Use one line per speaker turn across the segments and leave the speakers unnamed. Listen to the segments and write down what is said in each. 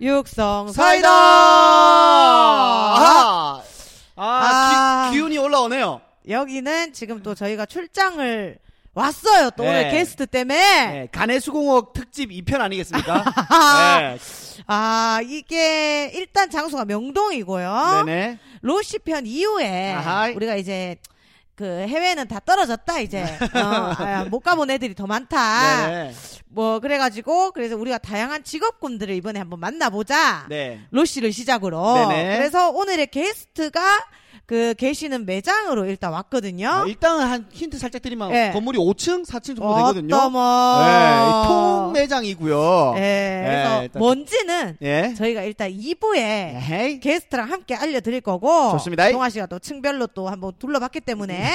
육성
사이다!
사이다.
아,
아.
기, 기운이 올라오네요.
여기는 지금 또 저희가 출장을 왔어요. 또
네.
오늘 게스트 때문에.
네, 간의 수공업 특집 2편 아니겠습니까? 네.
아, 이게 일단 장소가 명동이고요.
네네.
로시 편 이후에
아하이.
우리가 이제 그 해외는 다 떨어졌다 이제 어, 아, 못 가본 애들이 더 많다
네. 네네.
뭐 그래가지고 그래서 우리가 다양한 직업군들을 이번에 한번 만나보자
네.
로씨를 시작으로
네네.
그래서 오늘의 게스트가 그 계시는 매장으로 일단 왔거든요
어, 일단은 한 힌트 살짝 드리면
네. 어,
건물이 5층, 4층 정도 되거든요.
어떠뭐
네, 통매장이고요.
예, 그래서
일단-
뭔지는
예.
저희가 일단 2부에
에헤이.
게스트랑 함께 알려드릴 거고
좋습니다.
동아 씨가 또 층별로 또 한번 둘러봤기 때문에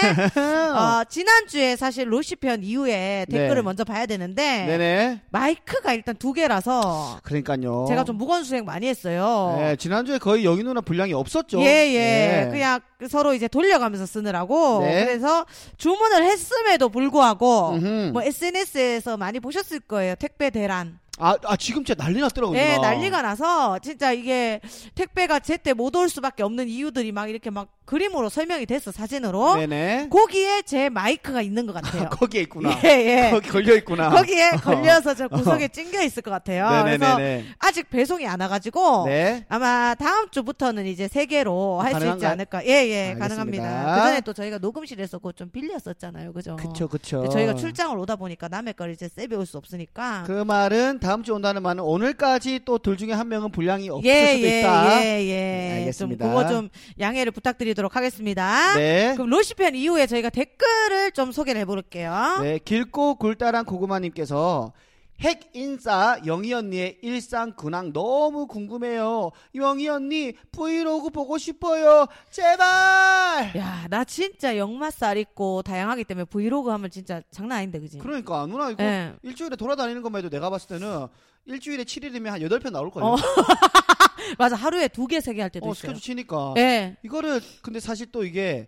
어, 지난주에 사실 로시 편 이후에 댓글을
네.
먼저 봐야 되는데
네네.
마이크가 일단 두 개라서
그러니까요.
제가 좀 무건수행 많이 했어요.
어. 네, 지난주에 거의 영희 누나 분량이 없었죠.
예, 예.
네.
그냥 서로 이제 돌려가면서 쓰느라고.
네.
그래서 주문을 했음에도 불구하고,
음흠.
뭐 SNS에서 많이 보셨을 거예요. 택배 대란.
아, 아, 지금 진짜 난리 났더라고요.
예,
누나.
난리가 나서 진짜 이게 택배가 제때 못 올 수밖에 없는 이유들이 막 이렇게 막 그림으로 설명이 됐어, 사진으로.
네네.
거기에 제 마이크가 있는 것 같아요.
거기에 있구나.
예, 예.
거기 걸려 있구나.
거기에 걸려서 저 구석에 찡겨 있을 것 같아요. 그래서 어.
네네네네.
아직 배송이 안 와가지고
네.
아마 다음 주부터는 이제 세 개로 할 수 있지
가능한가요?
않을까. 예, 예,
알겠습니다.
가능합니다. 그 전에 또 저희가 녹음실에서 그거 좀 빌렸었잖아요. 그죠?
그쵸,
어.
그쵸.
근데 저희가 출장을 오다 보니까 남의 걸 이제 세배 올 수 없으니까.
그 말은 다음 주 온다는 말은 오늘까지 또 둘 중에 한 명은 분량이 없을
예,
수도
예,
있다.
예, 예.
네, 알겠습니다.
좀 그거 좀 양해를 부탁드리도록 하겠습니다.
네.
그럼 로시편 이후에 저희가 댓글을 좀 소개를 해볼게요.
네, 길고 굴다란 고구마님께서 핵 인싸 영희 언니의 일상 근황 너무 궁금해요. 영희 언니 브이로그 보고 싶어요. 제발.
야, 나 진짜 역마살 있고 다양하기 때문에 브이로그 하면 진짜 장난 아닌데, 그지?
그러니까 누나 이거
예.
일주일에 돌아다니는 것만 해도 내가 봤을 때는 일주일에 7일이면 한 8편 나올 거예요.
어,
어,
맞아, 하루에 두 개, 세 개 할 때도 있어요.
스케줄 치니까.
예.
이거를 근데 사실 또 이게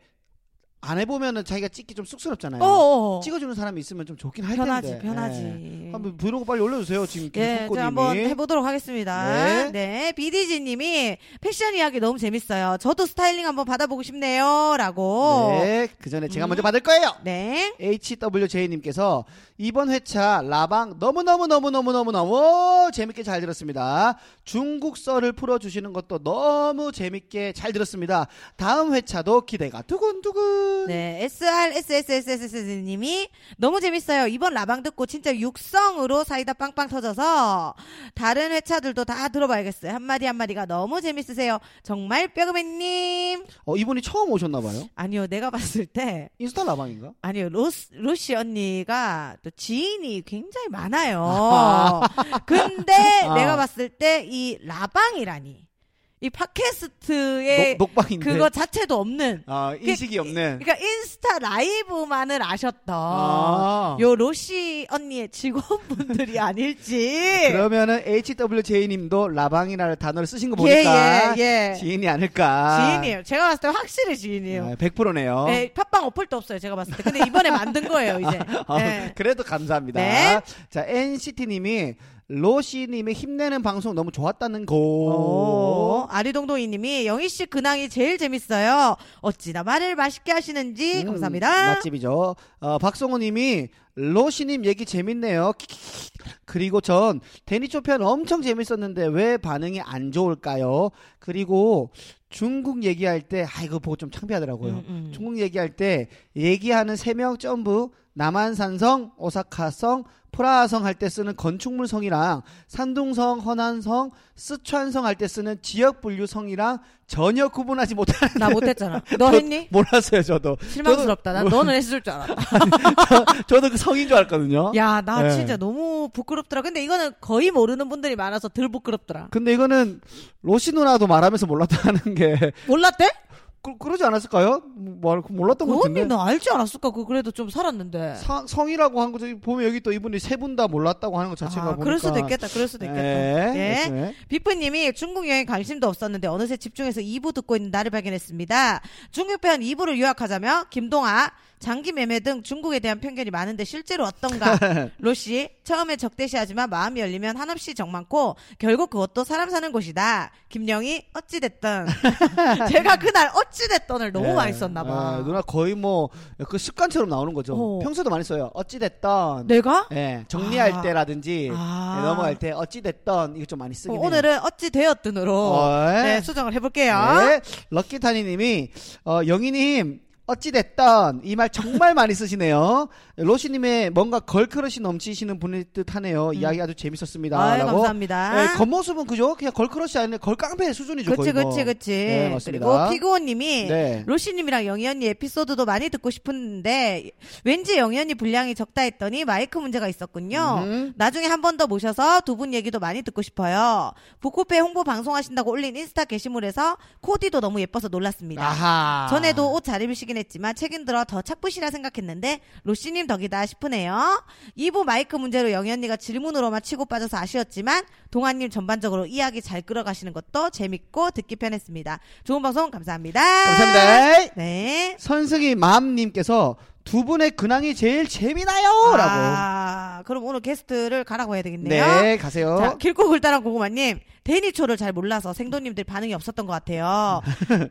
안 해보면은 자기가 찍기 좀 쑥스럽잖아요.
어, 어.
찍어주는 사람이 있으면 좀 좋긴 할
편하지,
텐데. 예.
편하지.
한번 브이로그 빨리 올려주세요. 지금
예,
김국고님이.
제가 한번 해보도록 하겠습니다.
네.
네, BDG님이 패션 이야기 너무 재밌어요. 저도 스타일링 한번 받아보고 싶네요.라고.
네, 그 전에 제가
어. 음.
먼저 받을 거예요.
네.
HWJ님께서 이번 회차 라방 너무너무너무너무너무너무 재밌게 잘 들었습니다. 중국썰을 풀어주시는 것도 너무 재밌게 잘 들었습니다. 다음 회차도 기대가 두근두근.
네, SRSSSSS님이 너무 재밌어요. 이번 라방 듣고 진짜 육성으로 사이다 빵빵 터져서 다른 회차들도 다 들어봐야겠어요. 한마디 한마디가 너무 재밌으세요. 정말 뼈그맨님.
어, 이분이 처음 오셨나봐요.
아니요, 내가 봤을 때.
인스타 라방인가?
아니요, 로스, 루시 언니가 또 지인이 굉장히 많아요. 근데
아.
내가 봤을 때 이 라방이라니. 이 팟캐스트의
녹, 방인데
네, 그거 자체도 없는.
아, 인식이 없는.
그러니까 인스타 라이브만을 아셨던
아.
요 로시 언니의 직원분들이 아닐지.
그러면은 HWJ님도 라방이라는 단어를 쓰신 거
예,
보니까
예, 예.
지인이 아닐까.
지인이에요. 제가 봤을 때 확실히 지인이에요.
아, 100%네요.
네, 팟빵 어플도 없어요. 제가 봤을 때. 근데 이번에 만든 거예요, 이제.
어,
네.
그래도 감사합니다.
네.
자, NCT님이 로시님의 힘내는 방송 너무 좋았다는 거.
오, 어, 아리동동이님이 영희 씨 근황이 제일 재밌어요. 어찌나 말을 맛있게 하시는지
음,
감사합니다.
맛집이죠. 어, 박성우님이 로시님 얘기 재밌네요. 키키키키. 그리고 전 데니초 편 엄청 재밌었는데 왜 반응이 안 좋을까요? 그리고 중국 얘기할 때, 아, 이거 보고 좀 창피하더라고요.
음, 음.
중국 얘기할 때 얘기하는 세명 전부 남한산성, 오사카성, 프라하성 할 때 쓰는 건축물성이랑 산둥성, 허난성, 쓰촨성 할 때 쓰는 지역 분류성이랑 전혀 구분하지 못하는
나 못했잖아. 너 했니?
몰랐어요 저도
실망스럽다. 난 너는 했을 줄 알았다.
저도 그 성인 줄 알거든요.
야, 나
네.
진짜 너무 부끄럽더라. 근데 이거는 거의 모르는 분들이 많아서 덜 부끄럽더라.
근데 이거는 로시 누나도 말하면서 몰랐다는 게
몰랐대?
그, 러지 않았을까요? 뭐 몰랐던 것
그 언니
같은데.
나 알지 않았을까? 그 그래도 좀 살았는데.
사- 성이라고 한 거죠. 보면 여기 또 이분이 세 분 다 몰랐다고 하는 것 자체가
아,
보니까
그럴 수도 있겠다. 그럴 수도 있겠다.
예,
예.
예.
비프님이 중국 여행 관심도 없었는데 어느새 집중해서 2부 듣고 있는 나를 발견했습니다. 중국편 2부를 요약하자면 김동아 장기 매매 등 중국에 대한 편견이 많은데 실제로 어떤가? 로씨 처음에 적대시하지만 마음이 열리면 한없이 정 많고 결국 그것도 사람 사는 곳이다. 김영희 어찌 됐든 제가 그날 어찌 됐든을 너무
예.
많이 썼나 봐.
아, 누나 거의 뭐 그 습관처럼 나오는 거죠.
어.
평소도 많이 써요. 어찌 됐던.
내가?
예, 정리할
아.
때라든지
아.
예, 넘어갈 때 어찌 됐던 이거 좀 많이
어,
쓰긴 해요.
오늘은 어찌 되었든으로
어, 예.
네, 수정을 해볼게요.
네. 럭키타니님이 어, 영희님 어찌됐던 이 말 정말 많이 쓰시네요. 로시님의 뭔가 걸크러시 넘치시는 분일 듯하네요. 이야기 아주 재밌었습니다.
음. 아유,
라고.
감사합니다.
네, 겉모습은 그죠? 그냥 걸크러시 아니라 걸깡패 수준이죠.
그치,
거의 뭐.
그치, 그치.
네, 맞습니다.
그리고 피그오님이
네.
로시님이랑 영희 언니 에피소드도 많이 듣고 싶은데 왠지 영희 언니 분량이 적다 했더니 마이크 문제가 있었군요.
음.
나중에 한 번 더 모셔서 두 분 얘기도 많이 듣고 싶어요. 북코페 홍보 방송하신다고 올린 인스타 게시물에서 코디도 너무 예뻐서 놀랐습니다.
음. 아하.
전에도 옷 잘 입으시긴 했지만 책임 들어 더 착붙이라 생각했는데 로씨님 덕이다 싶으네요. 2부 마이크 문제로 영희 언니가 질문으로만 치고 빠져서 아쉬웠지만 동아님 전반적으로 이야기 잘 끌어가시는 것도 재밌고 듣기 편했습니다. 좋은 방송 감사합니다.
감사합니다.
네.
선승이 마음님께서 두 분의 근황이 제일 재미나요라고.
아, 그럼 오늘 게스트를 가라고 해야 되겠네요.
네, 가세요.
자, 길고 굴다란 고구마님, 데니초를 잘 몰라서 생도님들 반응이 없었던 것 같아요.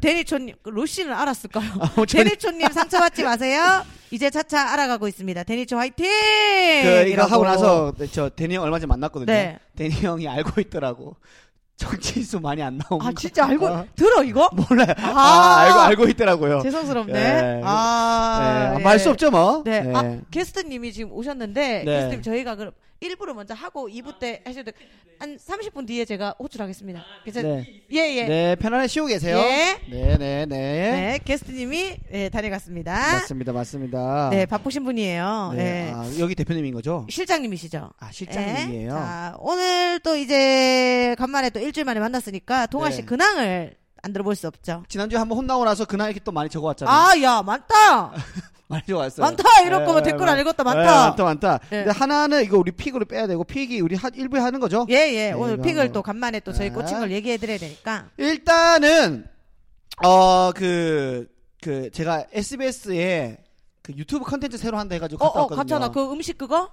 데니초님, 그 로씨는 알았을까요?
어, 저는-
데니초님 상처받지 마세요. 이제 차차 알아가고 있습니다. 데니초 화이팅!
그 이거
네, 이라고.
하고 나서 저 데니 형 얼마 전에 만났거든요.
네.
데니 형이 알고 있더라고. 정치수 많이 안 나오는
아,
거.
진짜 알고,
아,
들어, 이거?
몰라요. 아,
아.
알고 알고 있더라고요.
죄송스럽네.
예,
아,
네, 말수 없죠 뭐.
네.
네.
아, 게스트님이 지금 오셨는데,
네.
게스트님 저희가 그럼 일부러 먼저 하고 2부 때 하셔도, 한 30분 뒤에 제가 호출하겠습니다. 괜찮,
네.
예, 예.
네, 편안히 쉬고 계세요.
예.
네, 네, 네.
네, 게스트님이 예, 다녀갔습니다.
맞습니다, 맞습니다.
네, 바쁘신 분이에요.
네,
예.
아, 여기 대표님인 거죠?
실장님이시죠.
아, 실장님이에요.
예. 자, 오늘 또 이제 간만에 또 일주일 만에 만났으니까 동아 씨
네.
근황을 안 들어볼 수 없죠.
지난주에 한번 혼나고 나서 그날 이렇게 또 많이 적어왔잖아요.
아, 야, 많다.
어, 많이 적어왔어요.
많다. 이럴 거면 댓글 안 읽었다. 많다.
네, 많다, 많다.
예.
근데 하나는 이거 우리 픽으로 빼야 되고 픽이 우리 한 일부에 하는 거죠?
예, 예.
네,
오늘
이거
픽을
한번-
또 간만에 또 저희
아.
꽂힌 걸 얘기해 드려야 되니까.
일단은 어 그 그 제가 SBS에 그 유튜브 컨텐츠 새로 한다 해가지고
어,
갔다
어,
왔거든요.
갔잖아. 그 음식 그거?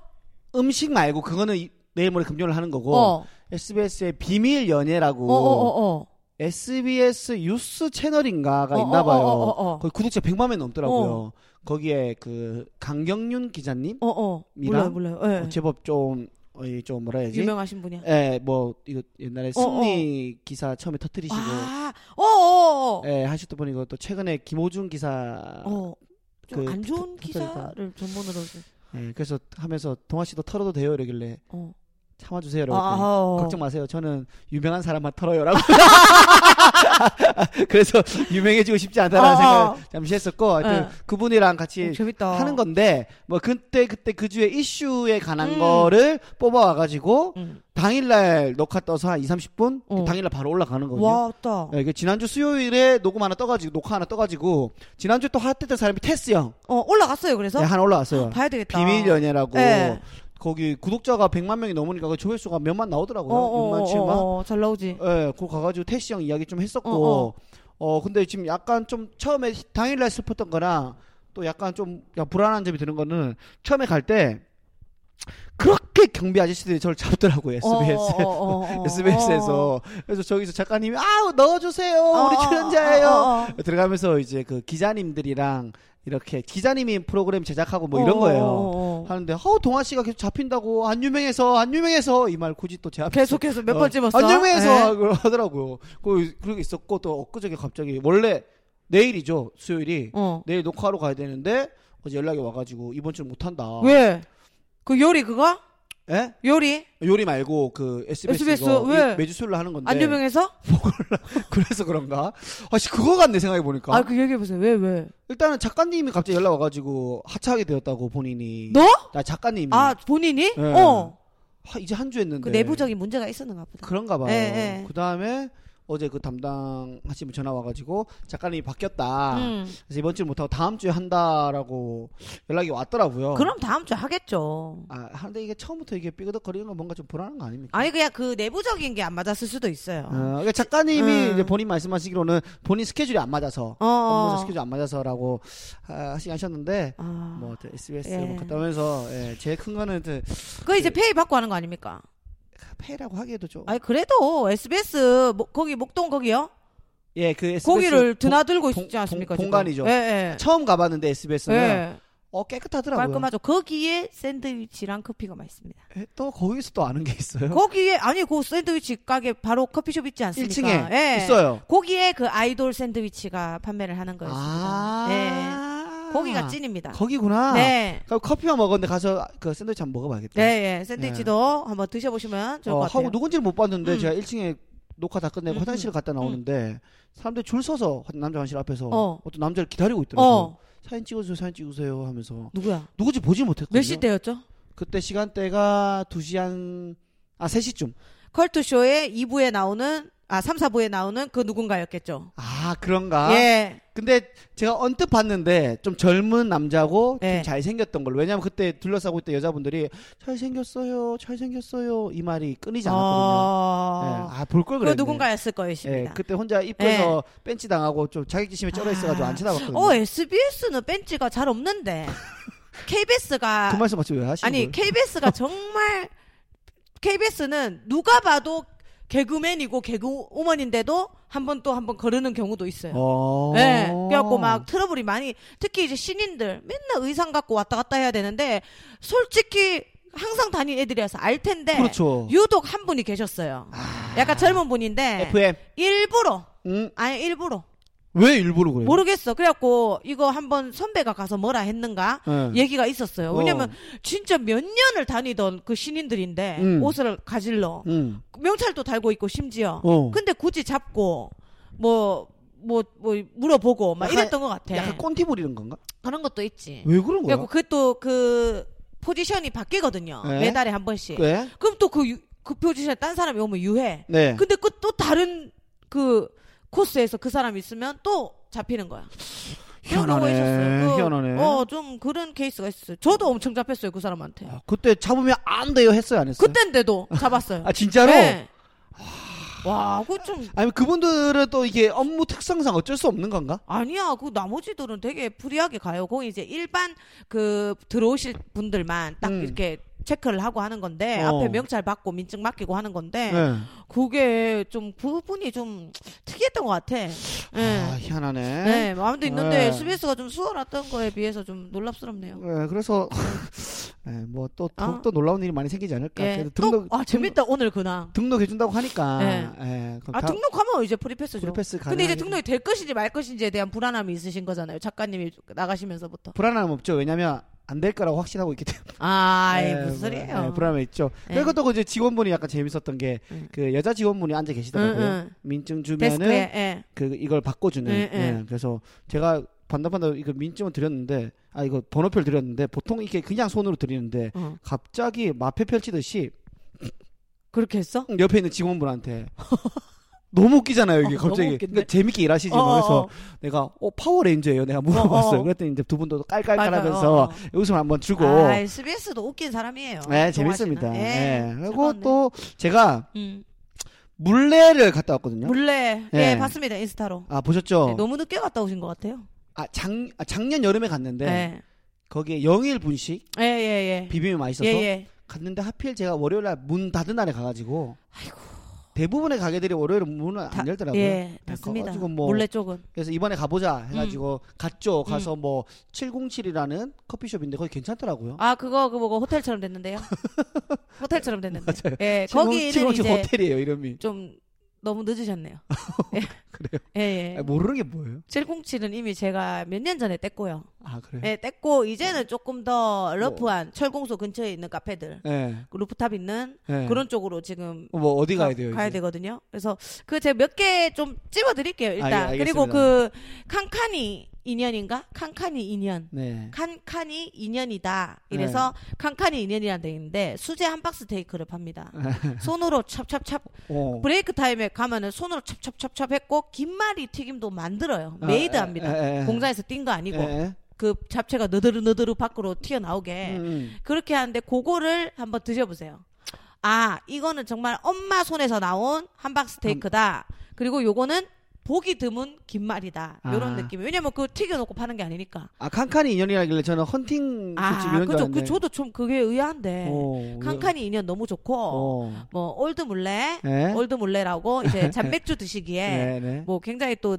음식 말고 그거는 이- 내일 모레 금요일 하는 거고
어.
SBS의 비밀 연애라고
어, 어, 어, 어.
SBS 뉴스 채널인가가
어,
있나 봐요.
어, 어, 어, 어.
거기 구독자 100만 명 넘더라고요. 거기에 그 강경윤 기자님
어, 어. 몰라요,
그 미랑?
몰라요. 예.
어, 제법 좀 어, 이좀 뭐라 해야지?
유명하신 분이야.
예, 뭐 이거 옛날에
어, 어.
승리 기사 처음에 터뜨리시고
아, 어, 어, 어.
예, 하셨던 분이고 또 최근에 김호준 기사
어. 좀
그
안 좋은
탁- 탁하니까.
기사를 전문으로 좀-
예, 그래서 하면서 동아 씨도 털어도 돼요 이러길래
어.
참아주세요
아,
이러고
어.
걱정 마세요 저는 유명한 사람만 털어요라고 그래서 유명해지고 싶지 않다라는
어, 어.
생각을 잠시 했었고 하여튼
예.
그분이랑
어,
같이
재밌다.
하는 건데 뭐 그때 그때 그 주에 이슈에 관한
음.
거를 뽑아와가지고
응.
당일날 녹화 떠서 한 2, 30분
어.
당일날 바로 올라가는 거거든요.
와, 왔다.
예, 그 지난주 수요일에 녹음 하나 떠가지고 녹화 하나 떠가지고 지난주 또 핫했던 사람이 테스 형
어, 올라갔어요, 그래서?
예, 하나 올라왔어요.
봐야 되겠다.
비밀 연애라고
예.
거기 구독자가 100만 명이 넘으니까 그 조회수가 몇만 나오더라고요.
어, 어,
6만
어,
7만.
어, 어, 잘 나오지.
예, 그거 가가지고 태시 형 이야기 좀
어,
했었고 어, 근데 지금 약간 좀 처음에 당일날 슬펐던 거랑 또 약간 좀 약간 불안한 점이 드는 거는 처음에 갈 때 그렇게 경비 아저씨들이 저를 잡더라고요 SBS
어, 어, 어, 어, 어,
SBS에서 그래서 저기서 작가님이 아우 넣어주세요 우리
어, 어,
출연자예요
어, 어, 어.
들어가면서 이제 그 기자님들이랑 이렇게 기자님이 프로그램 제작하고 뭐
어,
이런 거예요
어, 어, 어.
하는데 어 동아 씨가 계속 잡힌다고 안 유명해서 안 유명해서 이 말 굳이 또제 앞에
계속해서 몇 번 집었어?
안 유명해서
예.
하더라고요. 그 그런 게 있었고 또 엊그저께 갑자기 원래 내일이죠 수요일이
어.
내일 녹화하러 가야 되는데 어제 연락이 와가지고 이번 주는 못 한다.
왜? 그 요리 그거?
예?
요리?
요리 말고 그 SBS,
SBS
이거
왜?
매주 수요일 하는 건데
안 유명해서?
그래서 그런가? 아씨 그거 같네 생각해 보니까
아, 그 얘기해보세요. 왜, 왜?
일단은 작가님이 갑자기 연락 와가지고 하차하게 되었다고 본인이
너?
나 작가님이
아, 본인이?
예.
어.
하, 이제 한 주 했는데
그 내부적인 문제가 있었는가 보다.
그런가 봐요.
예, 예.
그 다음에 어제 그 담당하신 분 전화 와가지고 작가님이 바뀌었다.
음.
그래서 이번 주는 못하고 다음 주에 한다라고 연락이 왔더라고요.
그럼 다음 주에 하겠죠.
아, 근데 이게 처음부터 이게 삐그덕거리는 건 뭔가 좀 불안한 거 아닙니까?
아니 그냥 그 내부적인 게 안 맞았을 수도 있어요.
어, 그러니까 작가님이
아, 음.
이제 본인 말씀하시기로는 본인 스케줄이 안 맞아서
어.
업무 스케줄 안 맞아서라고 하- 하시 하셨는데
아.
뭐 어때, SBS
예.
뭐 갔다 오면서 예, 제일 큰 거는 이제
그 이제 페이 받고 하는 거 아닙니까?
페이라고 하기에도 좀
아니 그래도 SBS 뭐, 거기 목동 거기요?
예, 그 SBS
거기를 드나들고
동-
있지 않습니까?
동-
지금?
동간이죠.
예, 예.
처음 가봤는데 SBS는
예.
어 깨끗하더라고요.
깔끔하죠. 거기에 샌드위치랑 커피가 맛있습니다.
예, 또 거기서 또 아는 게 있어요.
거기에 아니 그 샌드위치 가게 바로 커피숍 있지 않습니까?
1층에
예.
있어요.
거기에 그 아이돌 샌드위치가 판매를 하는 거였습니다. 예. 거기가 찐입니다.
아. 거기구나.
네.
그럼 커피만 먹었는데 가서 그 샌드위치 한번 먹어봐야겠다.
네, 예. 샌드위치도 한번 드셔보시면 좋을
어,
것 같아요.
하고 누군지는 못 봤는데
음.
제가 1층에 녹화 다 끝내고
음,
화장실 갔다 나오는데 사람들이 줄 서서 남자 화장실 앞에서
어.
어. 떤 남자를 기다리고 있더라고요.
어,
사진 찍으세요, 사진 찍으세요 하면서
누구야?
누군지 보지 못했거든요.
몇 시 때였죠? 그때
그때 시간대가 2시 한, 아, 3시쯤.
컬투쇼의 2부에 나오는, 아, 3, 4부에 나오는 그 누군가였겠죠.
아, 그런가?
예.
근데 제가 언뜻 봤는데 좀 젊은 남자고
예.
좀 잘생겼던 걸로. 왜냐면 그때 둘러싸고 있던 여자분들이 잘생겼어요, 잘생겼어요. 이 말이 끊이지 않았거든요.
어...
예. 아, 볼 걸
그
그랬네.
누군가였을
예,
거이십니다. 예.
그때 혼자 입구에서 벤치 당하고 좀 자격지심에 쩔어 있어가지고
아.
안 쳐다봤거든요.
어, SBS는 벤치가 잘 없는데, KBS가,
그 말씀 마치 왜 하시는
아니,
거예요?
KBS가 정말, KBS는 누가 봐도 개그맨이고 개그우먼인데도 한 번 또 한 번 거르는 경우도 있어요.
어.
예. 그래갖고 막 트러블이 많이 특히 이제 신인들 맨날 의상 갖고 왔다 갔다 해야 되는데 솔직히 항상 다닌 애들이라서 알 텐데
그렇죠.
예.
아.
유독 예. 한 분이 계셨어요. 약간 젊은 분인데
FM.
일부러
음,
아니 일부러
왜 일부러 그래요?
모르겠어. 그래갖고 이거 한번 선배가 가서 뭐라 했는가
예.
얘기가 있었어요.
어.
왜냐면 진짜 몇 년을 다니던 그 신인들인데
음.
옷을 가질러
음.
명찰도 달고 있고 심지어
어.
근데 굳이 잡고 뭐 뭐 뭐 물어보고 막
약간-
이랬던 것 같아.
약간 꼰티 부리는 건가?
그런 것도 있지.
왜 그런
네.
거야?
그리고 그또그 포지션이 바뀌거든요.
네.
매달에 한 번씩.
왜?
그럼 또 그 그 포지션에 딴 사람이 오면 유해.
네.
근데 그 또 다른 그 코스에서 그 사람이 있으면 또 잡히는 거야. 그런 경우가
희한하네.
있었어요. 그,
희한하네.
어, 좀 그런 케이스가 있었어요. 저도 엄청 잡혔어요, 그 사람한테.
아, 그때 잡으면 안 돼요 했어요 안 했어요?
그땐데도 잡았어요.
아 진짜로? 아.
네. 와, 그거 좀
아니 그분들은 또 이게 업무 특성상 어쩔 수 없는 건가?
아니야, 그 나머지들은 되게 프리하게 가요. 거기 이제 일반 그 들어오실 분들만 딱
음.
이렇게 체크를 하고 하는 건데
어.
앞에 명찰 받고 민증 맡기고 하는 건데
네.
그게 좀 부분이 좀 특이했던 것 같아. 예.
아
네.
희한하네.
마음도 있는데
네.
SBS가 좀 수월했던 거에 비해서 좀 놀랍스럽네요.
네, 그래서 네, 뭐또 또
아.
놀라운 일이 많이 생기지 않을까.
예.
그러니까 그래도 등록
또, 아 재밌다 오늘 근황.
등록해 준다고 하니까.
네.
예, 그럼
아
다-
등록하면 이제 프리패스죠.
프리패스 가능.
근데 이제 등록이 될 것인지 말 것인지에 대한 불안함이 있으신 거잖아요. 작가님이 나가시면서부터.
불안함 없죠. 왜냐면 안 될 거라고 확신하고 있기 때문에.
아,
예,
이 무슨
불안-
소리예요?
예, 불안함 있죠.
예.
그리고 또 이제 직원분이 약간 재밌었던 게
음.
그 여자 직원분이 앉아 계시더라고요.
응, 응.
민증
데스크에
주면은
예.
그 이걸 바꿔주는.
예, 예.
예, 그래서 제가 반납한다 이거 민증을 드렸는데 아 이거 번호표를 드렸는데 보통 이렇게 그냥 손으로 드리는데
어.
갑자기 마패 펼치듯이
그렇게 했어?
옆에 있는 직원분한테 너무 웃기잖아요 이게
어, 너무
갑자기
웃긴데?
근데 재밌게 일하시지 뭐 그래서 내가 어 파워레인저예요 내가
어,
물어봤어요
어, 어.
그랬더니 이제 두 분도 깔깔깔하면서 웃음 한번 주고
아, SBS도 웃긴 사람이에요.
네
동아 씨는.
재밌습니다
예,
예. 그리고
즐거웠네.
또 제가
음.
물레를 갔다 왔거든요
물레 예.
예.
봤습니다 인스타로.
아
네,
보셨죠
너무 늦게 갔다 오신 것 같아요.
아장 작년 여름에 갔는데
예.
거기에 영일 분식
예, 예, 예.
네. 비빔이 맛있어서
예, 예.
갔는데 하필 제가 월요일 날 문 닫은 날에 가가지고 대부분의 가게들이 월요일은 문을 안
다-
열더라고요
예, 맞습니다.
가가지고 뭐-
물레 쪽은.
그래서 이번에 가보자 해가지고
음.
갔죠. 가서 뭐 707이라는 커피숍인데 거기 괜찮더라고요.
아, 그거 그 뭐고 호텔처럼 됐는데요. 호텔처럼 됐는데. 맞아요. 예,
707
거기는 이제
707 호텔이에요 이름이.
좀 너무 늦으셨네요. 그래요? 예, 예.
아, 모르는 게 뭐예요?
707은 이미 제가 몇 년 전에 뗐고요.
아 그래요?
예, 뗐고
네.
이제는 조금 더 러프한 철공소 근처에 있는 카페들,
예.
그 루프탑 있는
예.
그런 아, 쪽으로 지금
뭐 어디 가야 돼요? 이제?
거든요
아,
그래서 그 제가 몇 개 좀 찝어드릴게요. 일단
예, 알겠습니다.
그리고 그 칸칸이 인연인가? 칸칸이 인연.
네.
칸칸이 인연이다. 이래서 칸칸이 인연이라는 데 있는데 수제 한박 스테이크를 팝니다. 손으로 찹찹찹
오.
브레이크 타임에 가면은 손으로 찹찹찹찹 했고 김말이 튀김도 만들어요. 그
아,
메이드합니다.
에, 에, 에.
공장에서 뛴 거 아니고
예.
그 잡채가 너드르 너드르 밖으로 튀어나오게
음.
그렇게 하는데 그거를 한번 드셔보세요. 아 이거는 정말 엄마 손에서 나온 함박 스테이크다. 그리고 요거는 보기 드문 김말이다. 요런
아.
느낌. 왜냐면 그거 튀겨놓고 파는 게 아니니까.
아 칸칸이 인연이라길래 저는 헌팅
아,
술집 음, 이런 어, 줄
그죠.
알았는데. 그
그 저도 좀 그게 의아한데.
오,
칸칸이 인연 너무 좋고,
오.
뭐, 올드물레,
어. 예?
올드물레라고 이제 잔맥주 드시기에
네, 네.
뭐 굉장히 또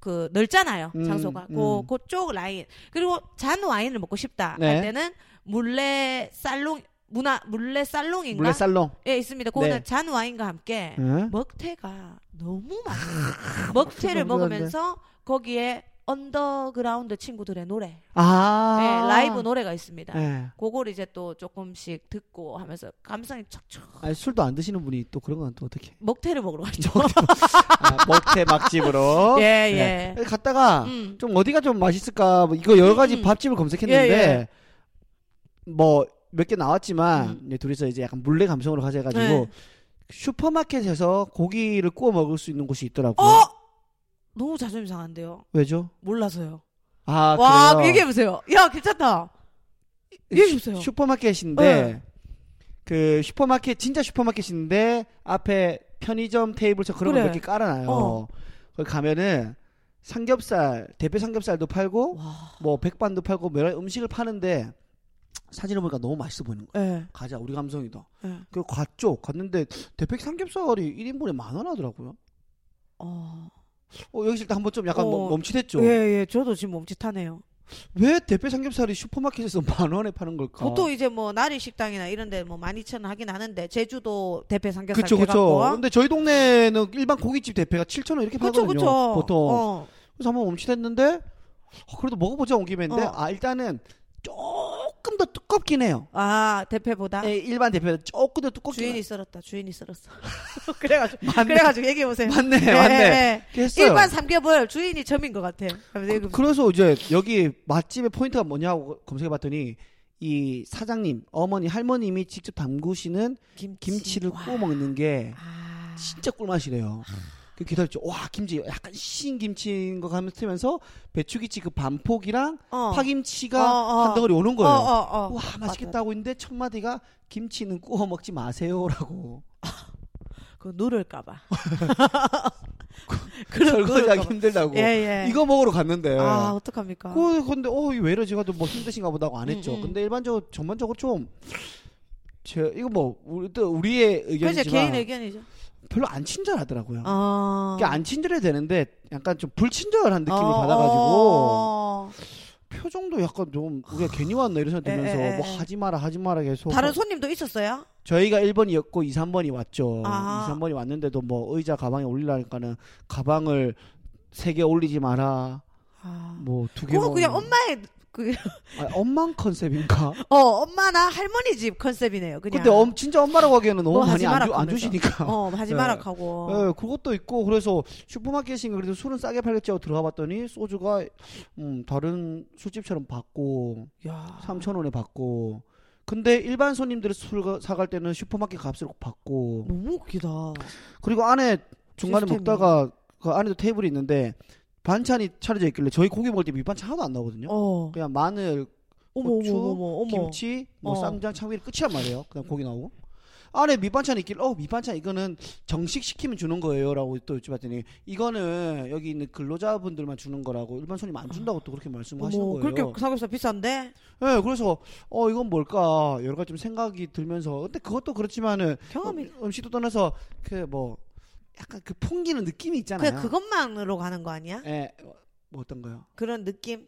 그 넓잖아요
음,
장소가
음.
그 그쪽 라인 그리고 잔 와인을 먹고 싶다
네.
할 때는 물레 살롱 문화 물레 살롱인가 네.
물레 살롱.
예 있습니다 그거는
네. 음.
잔 와인과 함께
응?
먹태가 너무 많아요 먹태를
너무
먹으면서 거기에 언더그라운드 친구들의 노래
아.
예, 라이브 노래가 있습니다
예.
그걸 이제 또 조금씩 듣고 하면서 감성이 척척
아니, 술도 안 드시는 분이 또 그런 건 또 어떻게?
먹태를 먹으러 가죠
아, 먹태 막집으로.
예예
네. 갔다가
음.
좀 어디가 좀 맛있을까 뭐 이거 여러 가지
음.
밥집을 검색했는데
예,
뭐 몇 개 나왔지만 이제 둘이서 이제 약간 물레 감성으로 가자 해가지고
음. 네.
슈퍼마켓에서 고기를 구워 먹을 수 있는 곳이 있더라고요.
어? 너무 자존심 상한데요.
왜죠?
몰라서요.
아
와,
그래요.
얘기해 보세요. 야, 괜찮다. 얘기해 주세요.
슈- 슈퍼마켓인데
네.
그 슈퍼마켓 진짜 슈퍼마켓인데 앞에 편의점 테이블 저 그런
그래.
거 몇 개 깔아놔요.
어.
거기 가면은 삼겹살 대패 삼겹살도 팔고
와.
뭐 백반도 팔고 여러 가지 음식을 파는데 사진을 보니까 너무 맛있어 보이는 거예요.
예.
가자 우리 감성이다.
예.
그 갔죠. 갔는데 대패 삼겹살이 1인분에 만 원 하더라고요.
어.
어, 여기서 일단 한번 좀 약간
어.
멈- 멈칫했죠.
예, 예. 저도 지금 몸짓하네요.
왜 대패 삼겹살이 슈퍼마켓에서 만 원에 파는 걸까?
보통 이제 뭐 나리 식당이나 이런 데뭐 12,000원 하긴 하는데 제주도 대패 삼겹살
그쵸 그쵸.
돼갖고.
근데 저희 동네는 일반 고깃집 대패가 7천 원 이렇게
그쵸
팔거든요.
그쵸.
보통.
어.
그래서 한번 멈칫했는데 어, 그래도 먹어보자 온 김에인데
어.
아 일단은 조금 더 두껍긴 해요.
아, 대패보다
예, 일반 대패보다 조금 더 두껍긴
주인이 썰었다. 주인이 썰었어. 그래 가지고 그래 가지고 얘기해 보세요. 예,
맞네 맞네. 이렇게 했어요.
일반 삼겹을 주인이 점인 것 같아. 하면서 얘기해 보세요.
그래서 이제 여기 맛집의 포인트가 뭐냐고 검색해봤더니 이 사장님, 어머니, 할머님이 직접 담그시는 김치를
와.
구워 먹는 게
아.
진짜 꿀맛이래요. 그 기다렸죠. 와 김치 약간 신 김치인 거 하면서 배추김치 그 반폭이랑
어.
파김치가
어, 어.
한 덩어리 오는 거예요.
어, 어, 어.
와 맛있겠다 하고 있는데 첫 마디가 김치는 구워 먹지 마세요라고.
그거 누를까봐.
설거지하기 힘들다고.
예, 예.
이거 먹으러 갔는데.
아, 어떡합니까?
그 근데 어 왜 이러지 가도 뭐 힘드신가 보다고 안 했죠.
음, 음.
근데 일반적으로 전반적으로 좀 제, 이거 뭐 우리 또 우리의
그죠
의견이지만
개인 의견이죠.
별로 안 친절하더라고요.
어.
그러니까 안 친절해야 되는데 약간 좀 불친절한 느낌을
어,
받아가지고
어, 어.
표정도 약간 좀 우리가 괜히 왔나 이런 생각
에,
들면서
에, 에,
뭐
에.
하지 마라 하지 마라 계속
예,
뭐
다른 손님도 있었어요?
저희가 1번이었고 2, 3번이 왔죠.
아.
2, 3번이 왔는데도 뭐 의자 가방에 올리라니까는 가방을 세 개 올리지 마라.
아.
뭐 두 개.
그거 그냥 엄마의 그,
아, 엄만 컨셉인가?
어 엄마나 할머니 집 컨셉이네요. 그냥.
근데 엄, 진짜 엄마라고 하기에는 너무
뭐
많이
하지
안,
마라
주, 안
그러면서.
주시니까.
어 하지
예.
마라 하고.
예, 그것도 있고 그래서 슈퍼마켓인가 그래도 술은 싸게 팔겠지 하고 들어가 봤더니 소주가 음, 다른 술집처럼 받고
야.
3,000원에 받고 근데 일반 손님들이 술 사갈 때는 슈퍼마켓 값을 꼭 받고
너무 웃기다.
그리고 안에 중간에
시스템이.
먹다가 그 안에도 테이블이 있는데 반찬이 차려져 있길래 저희 고기 먹을 때 밑반찬 하나도 안 나오거든요.
어.
그냥 마늘,
어머
고추,
어머 어머 어머.
김치, 뭐
어.
쌈장, 참기름 끝이란 말이에요. 그냥 고기 나오고. 안에 밑반찬이 있길래 어 밑반찬 이거는 정식 시키면 주는 거예요라고 또 여쭤봤더니 이거는 여기 있는 근로자분들만 주는 거라고 일반 손님 안 준다고 또 그렇게 말씀하시는
어머,
거예요.
그렇게 삼겹살 비싼데?
네, 그래서 어 이건 뭘까 여러 가지 좀 생각이 들면서 근데 그것도 그렇지만은
경험이.
음, 음식도 떠나서 그 뭐 약간 그 풍기는 느낌이 있잖아요.
그냥 그것만으로 가는 거 아니야?
예, 뭐 어떤 거요?
그런 느낌?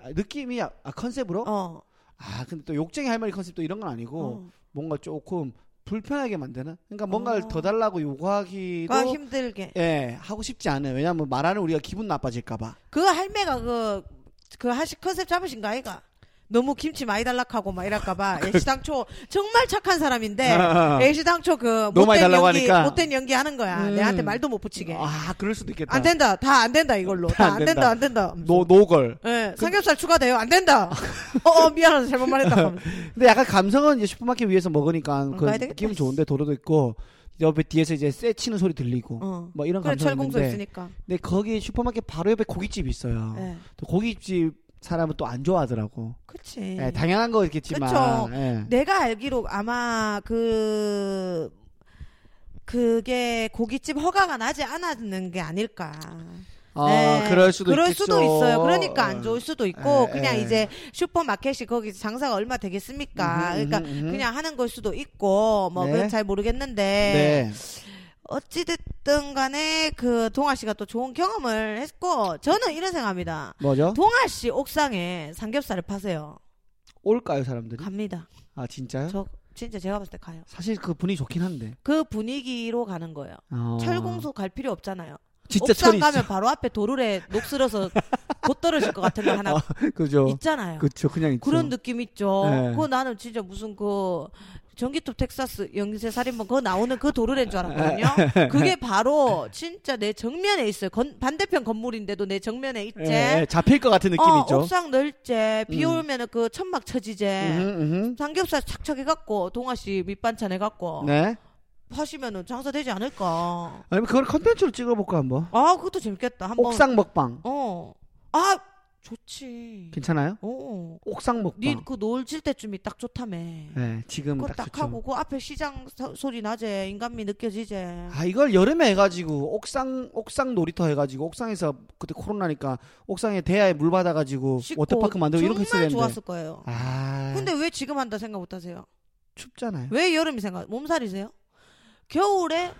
아, 느낌이 아, 아, 컨셉으로?
어.
아 근데 또 욕쟁이 할머니 컨셉도 이런 건 아니고
어.
뭔가 조금 불편하게 만드는. 그러니까 뭔가를
어.
더 달라고 요구하기도
아, 힘들게.
예 하고 싶지 않은. 왜냐하면 말하는 우리가 기분 나빠질까봐.
그 할매가 그, 그 하시 컨셉 잡으신 거 아이가? 너무 김치 많이 달라고 막 이럴까봐 애시당초 정말 착한 사람인데
아.
애시당초 그
너무 많이
못된
달라고
연기
하니까.
못된 연기 하는 거야.
음.
내한테 말도 못 붙이게.
아, 그럴 수도 있겠다.
안 된다. 다 안 된다 이걸로.
다
다
안
안 된다.
된다.
안 된다.
노 노걸.
예, 삼겹살 추가돼요. 안 된다. 어, 어 미안하다. 잘못 말했다. 하면서.
근데 약간 감성은 이제 슈퍼마켓 위에서 먹으니까 그
어, 가야 되겠다.
느낌 좋은데 도로도 있고 옆에 뒤에서 이제 쇠 치는 소리 들리고
어.
뭐 이런
그래
감성
철공소
있는데. 아.
있으니까.
근데 거기 슈퍼마켓 바로 옆에 고깃집이 있어요.
예.
또 고깃집 사람은 또 안 좋아하더라고.
그치.
예, 당연한 거겠지만.
네. 그쵸.
예.
내가 알기로 아마 그 그게 고깃집 허가가 나지 않았는 게 아닐까.
어,
네.
그럴 수도
그럴
있겠죠.
수도 있어요. 그러니까 안 좋을 수도 있고
예,
그냥
예.
이제 슈퍼마켓이 거기 장사가 얼마 되겠습니까?
음흠,
그러니까
음흠, 음흠.
그냥 하는 걸 수도 있고 뭐
네.
그건 잘 모르겠는데
네.
어찌 됐든 간에 그 동아 씨가 또 좋은 경험을 했고 저는 이런 생각합니다.
뭐죠?
동아 씨 옥상에 삼겹살을 파세요.
올까요, 사람들이?
갑니다.
아, 진짜요?
저 진짜 제가 봤을 때 가요.
사실 그 분위기 좋긴 한데.
그 분위기로 가는 거예요.
어.
철공소 갈 필요 없잖아요.
진짜
옥상
철이
가면 바로 앞에 도르래 녹슬어서 곧 떨어질 것 같은 거 하나
아, 있어. 그죠.
있잖아요.
그쵸, 그냥 있죠.
그런 느낌 있죠.
네.
그거 나는 진짜 무슨 그 전기톱 텍사스 연쇄 살인범 그거 나오는 그 도르래인 줄
네.
알았거든요. 그게 바로 진짜 내 정면에 있어요. 건- 반대편 건물인데도 내 정면에 있지.
예, 예, 잡힐 것
어,
같은 느낌이죠.
옥상 넓제 비
음.
오면은 그 천막 쳐지제.
음흠, 음흠.
삼겹살 착착 해갖고 동아씨 밑반찬 해갖고
네.
하시면은 장사되지 않을까.
아니면 그걸 컨텐츠로 찍어볼까 한번.
아 그것도 재밌겠다. 한번
옥상 먹방
어. 아, 좋지.
괜찮아요?
어.
옥상 먹방.
니그 노을 질 때쯤이 딱 좋다며.
네, 지금
그거
딱,
딱,
좋죠.
하고 그 앞에 시장 서- 소리 나제 인간미 느껴지제.
아 이걸 여름에 해가지고 옥상 옥상 놀이터 해가지고 옥상에서 그때 코로나니까 옥상에 대야에 물 받아가지고
씻고
워터파크 만들고 이런 거
정말
했어야 되는데.
좋았을 거예요.
아
근데 왜 지금 한다 생각 못 하세요?
춥잖아요.
왜 여름이 생각? 몸살이세요? 겨울에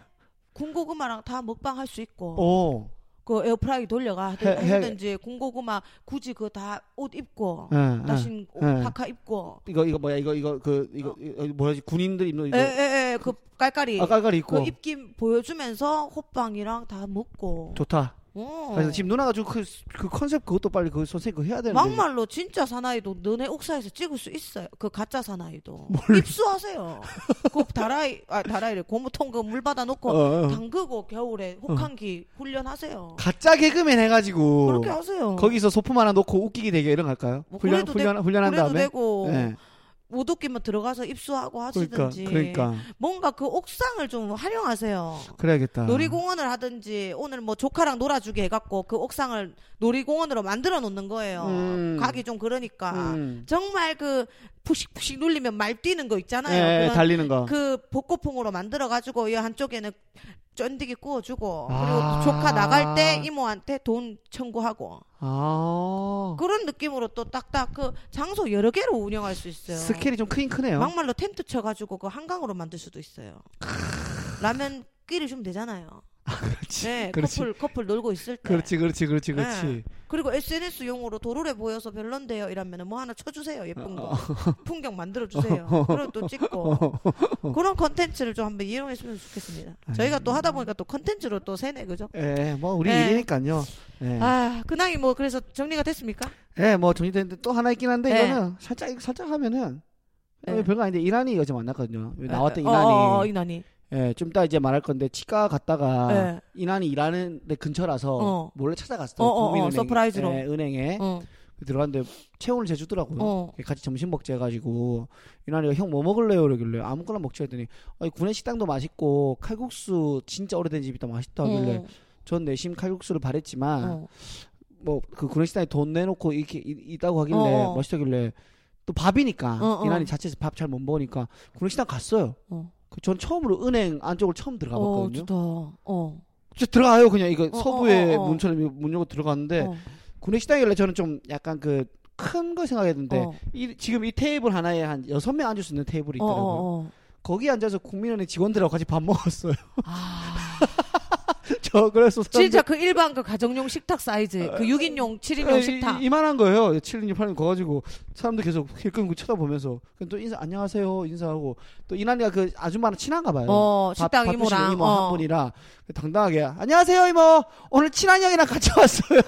군고구마랑 다 먹방 할 수 있고
오.
그 에어프라이기 돌려가
어. 해- 해-
하든지 군고구마 굳이 그 다 옷 입고
예, 예.
다신 옷
예.
파카 입고
이거 이거 뭐야 이거 이거 그 이거, 이거 뭐야지 군인들 입는 이거
에에에 그 깔깔이
아깔깔 입고
그 입김 보여주면서 호빵이랑 다 먹고.
좋다.
어.
그래서 지금 누나가 지금 그, 그 컨셉 그것도 빨리 그 선생님 그거 해야 되는데.
막말로 진짜 사나이도 너네 옥사에서 찍을 수 있어요. 그 가짜 사나이도 입수하세요. 그 다라이 아 다라이를 고무통 그 물 받아
어,
놓고
어.
담그고 겨울에 혹한기 훈련하세요.
가짜 개그맨 해가지고
그렇게 하세요.
어. 거기서 소품 하나 놓고 웃기게 되게 이런 갈까요?
뭐
훈련
그래도
훈련 훈련한
그래도
다음에.
되고
예.
못 웃기면 들어가서 입수하고
그러니까
하시든지
그러니까
뭔가 그 옥상을 좀 활용하세요.
그래야겠다.
놀이공원을 하든지 오늘 뭐 조카랑 놀아주게 해갖고 그 옥상을 놀이공원으로 만들어 놓는 거예요.
음.
가기 좀 그러니까
음.
정말 그 푸식푸식 눌리면 말 뛰는 거 있잖아요.
예, 예,
그런
달리는 거.
그 복고풍으로 만들어 가지고 이 한쪽에는 쫀디기 구워주고
아.
그리고 조카 나갈 때 이모한테 돈 청구하고
아.
그런 느낌으로 또 딱딱 그 장소 여러 개로 운영할 수 있어요.
스케일이 좀 크긴 크네요.
막말로 텐트 쳐가지고 그 한강으로 만들 수도 있어요. 라면 끼를 주면 되잖아요.
그렇지.
네,
그렇지.
커플 커플 놀고 있을 때.
그렇지, 그렇지, 그렇지, 그렇지.
네. 그리고 SNS 용어로 도로래 보여서 별론데요 이러면 뭐 하나 쳐주세요 예쁜
어,
거 풍경 만들어 주세요. 그리고 또 찍고 그런 컨텐츠를 좀 한번 이용했으면 좋겠습니다. 저희가 또 하다 보니까 또 컨텐츠로 또 세네 그죠?
예, 뭐 우리
네.
일이니까요. 예,
아 근황이 뭐 그래서 정리가 됐습니까?
예, 뭐 정리됐는데 또 하나 있긴 한데
네.
이거는 살짝 살짝 하면은 어,
네.
별거 아닌데 이란이 여자 만났거든요. 그 나왔던
어, 어, 어,
이란이.
이난이.
예, 좀 이따 이제 말할 건데 치과 갔다가
네.
이란이 일하는 데 근처라서
어.
몰래 찾아갔어.
어, 어, 어,
국민은행,
서프라이즈로.
예, 은행에
어,
들어갔는데 체온을 재주더라고요.
어.
같이 점심 먹자 해가지고 이날이가 형 뭐 먹을래요 이러길래 아무거나 먹자 했더니 아니, 구내 식당도 맛있고 칼국수 진짜 오래된 집이 다 맛있다 하길래 전 내심 칼국수를
어,
바랬지만
어.
뭐 그 구내 식당에 돈 내놓고 이렇게 이- 있다고 하길래
어, 어.
맛있다길래 또 밥이니까
어, 어.
이날이 자체에서 밥 잘 못 먹으니까 구내 식당 갔어요.
어.
그 전 처음으로 은행 안쪽을 처음 들어가
어,
봤거든요.
좋다. 어,
진짜 들어가요 그냥 이거
어,
서부의
어, 어, 어.
문처럼 이거 문 열고 들어갔는데
어,
구내 식당이길래 저는 좀 약간 그 큰 거 생각했는데
어,
이, 지금 이 테이블 하나에 한 여섯 명 앉을 수 있는 테이블이
어,
있더라고요.
어, 어.
거기 앉아서 국민은행 직원들하고 같이 밥 먹었어요.
아,
저 그래서
진짜 그 일반 그 가정용 식탁 사이즈, 그 6인용, 7인용 식탁.
어, 이, 만한 거예요. 7인용 8인용 가가지고 사람들 계속 길 끊고 쳐다보면서 그냥 또 인사 안녕하세요 인사하고 또 이난이가 그 아줌마랑 친한가 봐요.
어,
밥-
식당
밥 드시는
이모랑.
이모
어.
한 분이라 그 당당하게 안녕하세요 이모 오늘 친한 형이랑 같이 왔어요.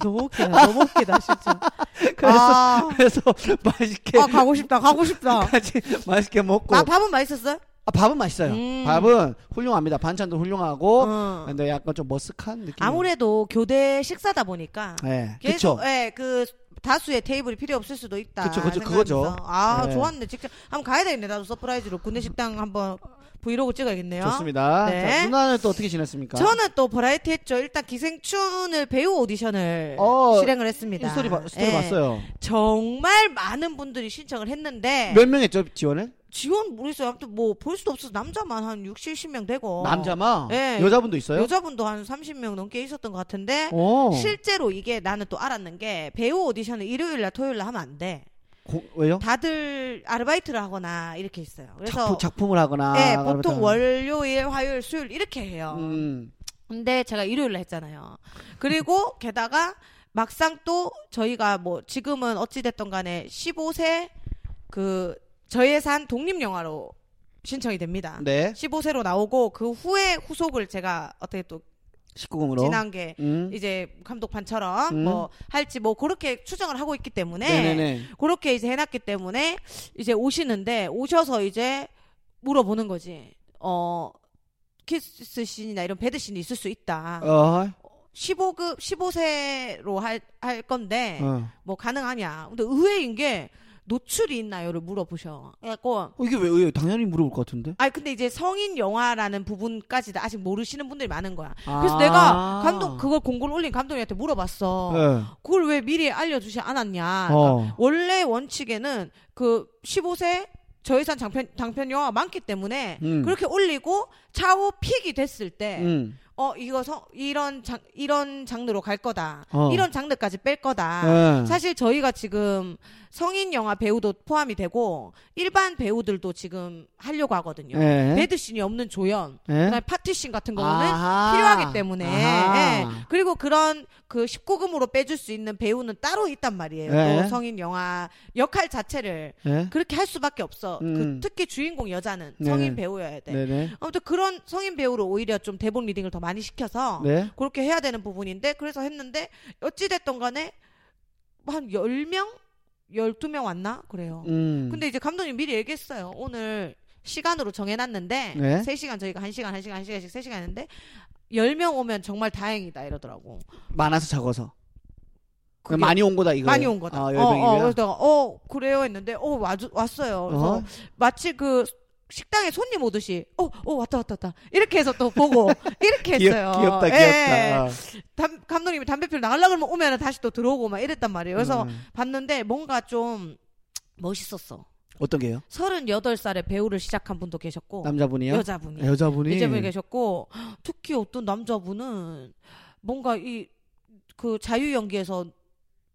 너무 웃기다. 너무 웃기다 진짜.
그래서
아,
그래서 맛있게
아, 가고 싶다. 가고 싶다.
같이 맛있게 먹고
아, 밥은 맛있었어요?
아, 밥은 맛있어요.
음.
밥은 훌륭합니다. 반찬도 훌륭하고
어.
근데 약간 좀 머쓱한 느낌.
아무래도 교대 식사다 보니까
네.
계속
그렇죠.
예, 그 다수의 테이블이 필요 없을 수도 있다.
그쵸, 그쵸,
생각하면서.
그거죠.
아,
예.
좋았네. 직접 한번 가야 되겠네. 나도 서프라이즈로 군대 식당 한번 브이로그 찍어야겠네요.
좋습니다.
네.
자, 누나는 또 어떻게 지냈습니까?
저는 또 버라이티 했죠. 일단 기생충을 배우 오디션을
어,
실행을 했습니다.
스토리, 봐- 스토리
예.
봤어요.
정말 많은 분들이 신청을 했는데
몇 명 했죠 지원을?
지원 모르겠어요. 아무튼 뭐 볼 수도 없어서 남자만 한 60, 70명 되고
남자만
예.
여자분도 있어요? 어.
여자분도 한 30명 넘게 있었던 것 같은데
오.
실제로 이게 나는 또 알았는 게 배우 오디션을 일요일날 토요일날 하면 안 돼.
고- 왜요?
다들 아르바이트를 하거나 이렇게 있어요. 그래서
작품, 을 하거나
예,
아, 그러면
보통
또-
월요일, 화요일, 수요일 이렇게 해요.
음.
근데 제가 일요일날 했잖아요. 그리고 게다가 막상 또 저희가 뭐 지금은 어찌됐던 간에 15세 그 저의 산 독립영화로 신청이 됩니다.
네.
15세로 나오고 그 후에 후속을 제가 어떻게 또
19금으로.
지난 게
음.
이제 감독판처럼
음.
뭐 할지 뭐 그렇게 추정을 하고 있기 때문에
네네네.
그렇게 이제 해놨기 때문에 이제 오시는데 오셔서 이제 물어보는 거지. 어 키스 씬이나 이런 배드 씬이 있을 수 있다.
어.
15급 15세로 할, 할 건데
어.
뭐 가능하냐. 근데 의외인 게 노출이 있나요를 물어보셔. 그래갖고
어, 이게 왜, 왜 당연히 물어볼 것 같은데?
아니 근데 이제 성인 영화라는 부분까지 도 아직 모르시는 분들이 많은 거야.
아.
그래서 내가 감독 그걸 공고를 올린 감독님한테 물어봤어. 아,
예.
그걸 왜 미리 알려주지 않았냐. 그러니까
어.
원래 원칙에는 그 15세 저예산 장편, 장편 영화가 많기 때문에
음.
그러니까 그렇게 올리고 차후 픽이 됐을 때,
음.
어, 이거 성, 이런 장, 이런 장르로 갈 거다.
어.
이런 장르까지 뺄 거다.
예.
아, 사실 저희가 지금 성인 영화 배우도 포함이 되고 일반 배우들도 지금 하려고 하거든요.
예.
배드씬이 없는 조연,
예?
그다음에 파티씬 같은 거는
아하.
필요하기 때문에
아하.
예. 그리고 그런 그 19금으로 빼줄 수 있는 배우는 따로 있단 말이에요.
예.
또 성인 영화 역할 자체를
예?
그렇게 할 수밖에 없어. 그
음.
특히 주인공 여자는
네네.
성인 배우여야 돼.
네네.
아무튼 그런 성인 배우를 오히려 좀 대본 리딩을 더 많이 시켜서
네.
그렇게 해야 되는 부분인데 그래서 했는데 어찌됐던 간에 한 10명? 12명 왔나? 그래요.
음.
어. 근데 이제 감독님 미리 얘기했어요. 오늘 시간으로 정해놨는데
네.
3시간 저희가 1시간, 1시간, 1시간씩 3시간 했는데 10명 오면 정말 다행이다 이러더라고.
많아서 작아서.
그게
많이 온 거다 이거.
많이 온 거다.
아,
어,
열병이면?
어, 그래서 내가 어 그래요 했는데 어 와, 왔어요. 그래서
어?
마치 그 식당에 손님 오듯이 어, 어 왔다 왔다 왔다 이렇게 해서 또 보고 이렇게
귀엽,
했어요.
귀엽다, 아.
예.
귀엽다.
담- 감독님이 담배 피러 나가려고 그러면 오면 다시 또 들어오고 막 이랬단 말이에요. 그래서
음.
봤는데 뭔가 좀 멋있었어.
어떤 게요?
38살에 배우를 시작한 분도 계셨고
남자분이요?
어, 여자분이 뭐
여자분이.
여자분이 계셨고 특히 어떤 남자분은 뭔가 이 그 자유 연기에서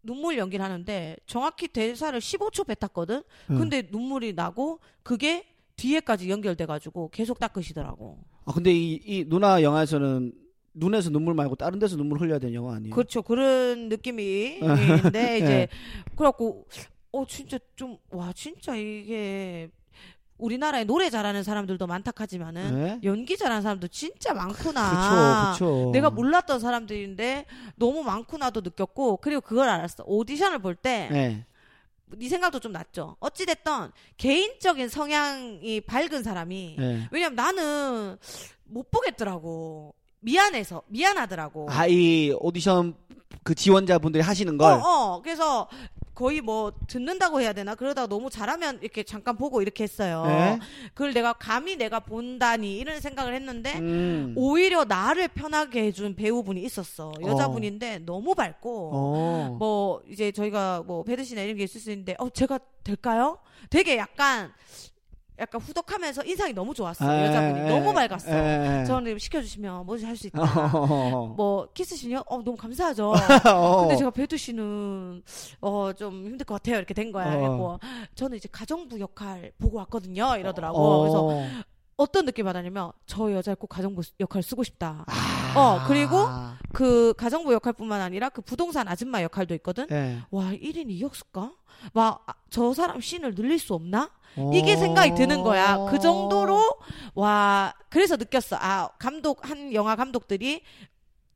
눈물 연기를 하는데 정확히 대사를 15초 뱉었거든.
응.
근데 눈물이 나고 그게 뒤에까지 연결돼 가지고 계속 닦으시더라고.
아 근데 이, 이 누나 영화에서는 눈에서 눈물 말고 다른 데서 눈물 흘려야 되는 영화 아니에요?
그렇죠. 그런 느낌이
아.
있는데
예.
이제 그래갖고 어 진짜 좀 와 진짜 이게 우리나라에 노래 잘하는 사람들도 많다하지만은
네?
연기 잘하는 사람도 진짜 많구나.
그렇죠, 그렇죠.
아. 내가 몰랐던 사람들인데 너무 많구나도 느꼈고 그리고 그걸 알았어. 오디션을 볼 때 네
네.
생각도 좀 났죠. 어찌 됐던 개인적인 성향이 밝은 사람이
네.
왜냐면 나는 못 보겠더라고. 미안해서 미안하더라고.
아이 오디션 그 지원자분들이 하시는 걸.
어, 어. 그래서 거의 뭐 듣는다고 해야 되나? 그러다가 너무 잘하면 이렇게 잠깐 보고 이렇게 했어요.
네.
그걸 내가 감히 내가 본다니 이런 생각을 했는데
음.
오히려 나를 편하게 해준 배우분이 있었어. 여자분인데 너무 밝고
어.
뭐 이제 저희가 뭐 배드시나 이런 게 있을 수 있는데 어 제가 될까요? 되게 약간 약간 후덕하면서 인상이 너무 좋았어.
에,
여자분이
에,
너무 밝았어.
에, 에.
저는 시켜주시면 뭐든지 할 수 있다.
어허허허.
뭐 키스시냐? 어 너무 감사하죠.
어.
아, 뭐, 근데 제가 배두 씨는 어 좀 힘들 것 같아요 이렇게 된 거야.
어.
그래갖고 저는 이제 가정부 역할 보고 왔거든요 이러더라고.
어.
그래서 어떤 느낌 받았냐면 저 여자 꼭 가정부 역할 쓰고 싶다.
아.
어, 그리고 그 가정부 역할뿐만 아니라 그 부동산 아줌마 역할도 있거든.
네.
와 1인 2역수가? 막 저 사람 신을 늘릴 수 없나?
어.
이게 생각이 드는 거야. 그 정도로 와 그래서 느꼈어. 아 감독 한 영화 감독들이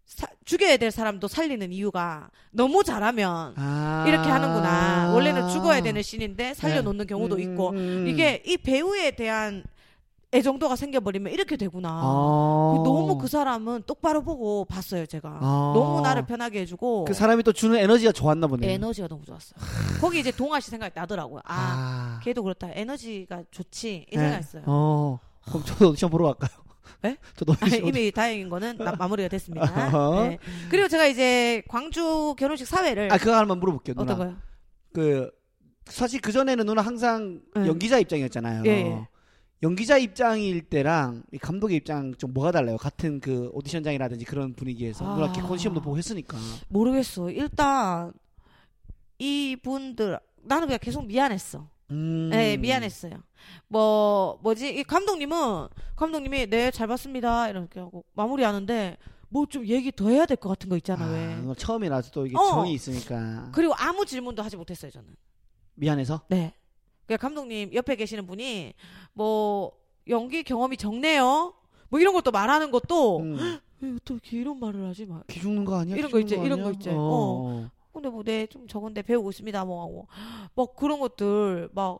사- 죽여야 될 사람도 살리는 이유가 너무 잘하면
아.
이렇게 하는구나. 원래는 죽어야 되는 신인데 살려놓는 경우도
음,
있고
음.
이게 이 배우에 대한 애정도가 생겨버리면 이렇게 되구나.
아.
너무 그 사람은 똑바로 보고 봤어요 제가.
아.
너무 나를 편하게 해주고
그 사람이 또 주는 에너지가 좋았나 보네.
에너지가 너무 좋았어요. 거기 이제 동아 씨 생각이 나더라고요. 아,
아.
걔도 그렇다. 에너지가 좋지 이
네.
생각했어요.
어. 그럼 저도 오디션 보러 갈까요?
네?
저도
아,
오디션.
이미 다행인 거는 나- 마무리가 됐습니다.
어허.
네. 그리고 제가 이제 광주 결혼식 사회를
아 그거 하나만 물어볼게요. 누나.
네. 어떤 거요?
그 사실 그 전에는 누나 항상
네.
연기자 입장이었잖아요.
예, 예.
연기자 입장일 때랑 이 감독의 입장 좀 뭐가 달라요? 같은 그 오디션장이라든지 그런 분위기에서
아.
누나 개콘 시험도 보고 했으니까.
모르겠어. 일단 이분들 나는 그냥 계속 미안했어.
음.
네, 미안했어요. 뭐 뭐지? 이 감독님은 감독님이 네 잘 봤습니다 이렇게 하고 마무리하는데 뭐 좀 얘기 더 해야 될 것 같은 거 있잖아
아,
왜?
누나 처음이라서 또 이게
어.
정이 있으니까
그리고 아무 질문도 하지 못했어요 저는.
미안해서.
네. 그러니까 감독님 옆에 계시는 분이 뭐 연기 경험이 적네요. 뭐 이런 것도 말하는 것도
음.
왜 어떻게 이런 말을 하지 마.
비 죽는 거 아니야?
어. 이런
비
거
죽는
있지, 이런 거
아니야?
있지.
어.
어. 근데 뭐 네 좀 적은데 배우고 있습니다 뭐 하고 막 그런 것들 막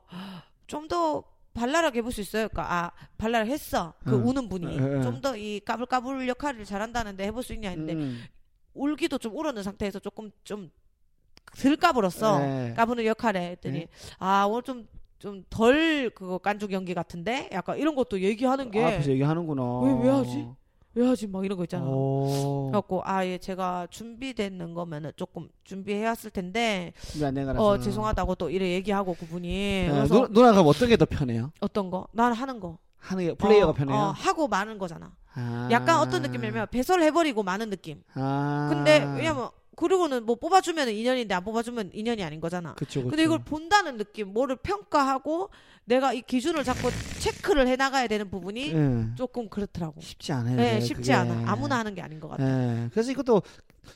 좀 더 발랄하게 해볼 수 있어요. 그러니까 아 발랄 했어 그
응.
우는 분이
응, 응.
좀 더 이 까불까불 역할을 잘한다는데 해볼 수 있냐 했는데
음.
울기도 좀 울었는 상태에서 조금 좀덜 까불었어.
네.
까부는 역할에 했더니
네.
아 오늘 좀 좀 덜 그거 깐죽 연기 같은데 약간 이런 것도 얘기하는 게
앞에서 아, 얘기하는구나. 어.
왜- 왜 하지? 왜 하지 막 이런 거 있잖아.
오.
그래갖고 아예 제가 준비되는 거면은 조금 준비해왔을 텐데
미안 내가
어
알아서.
죄송하다고 또 이래 얘기하고 그분이
네,
그래서
누, 누나 그럼 어떤 게 더 편해요?
어떤 거? 난 하는 거
하는 게 플레이어가
어,
편해요.
어, 하고 마는 거잖아.
아.
약간 어떤 느낌이냐면 배설해버리고 마는 느낌.
아.
근데 왜냐면 그리고는 뭐 뽑아주면 인연인데 안 뽑아주면 인연이 아닌 거잖아.
그쵸, 그쵸.
근데 이걸 본다는 느낌, 뭐를 평가하고 내가 이 기준을 자꾸 체크를 해 나가야 되는 부분이
예.
조금 그렇더라고.
쉽지 않아요.
네,
그게.
쉽지 않아. 아무나 하는 게 아닌 것 같아.
예. 그래서 이것도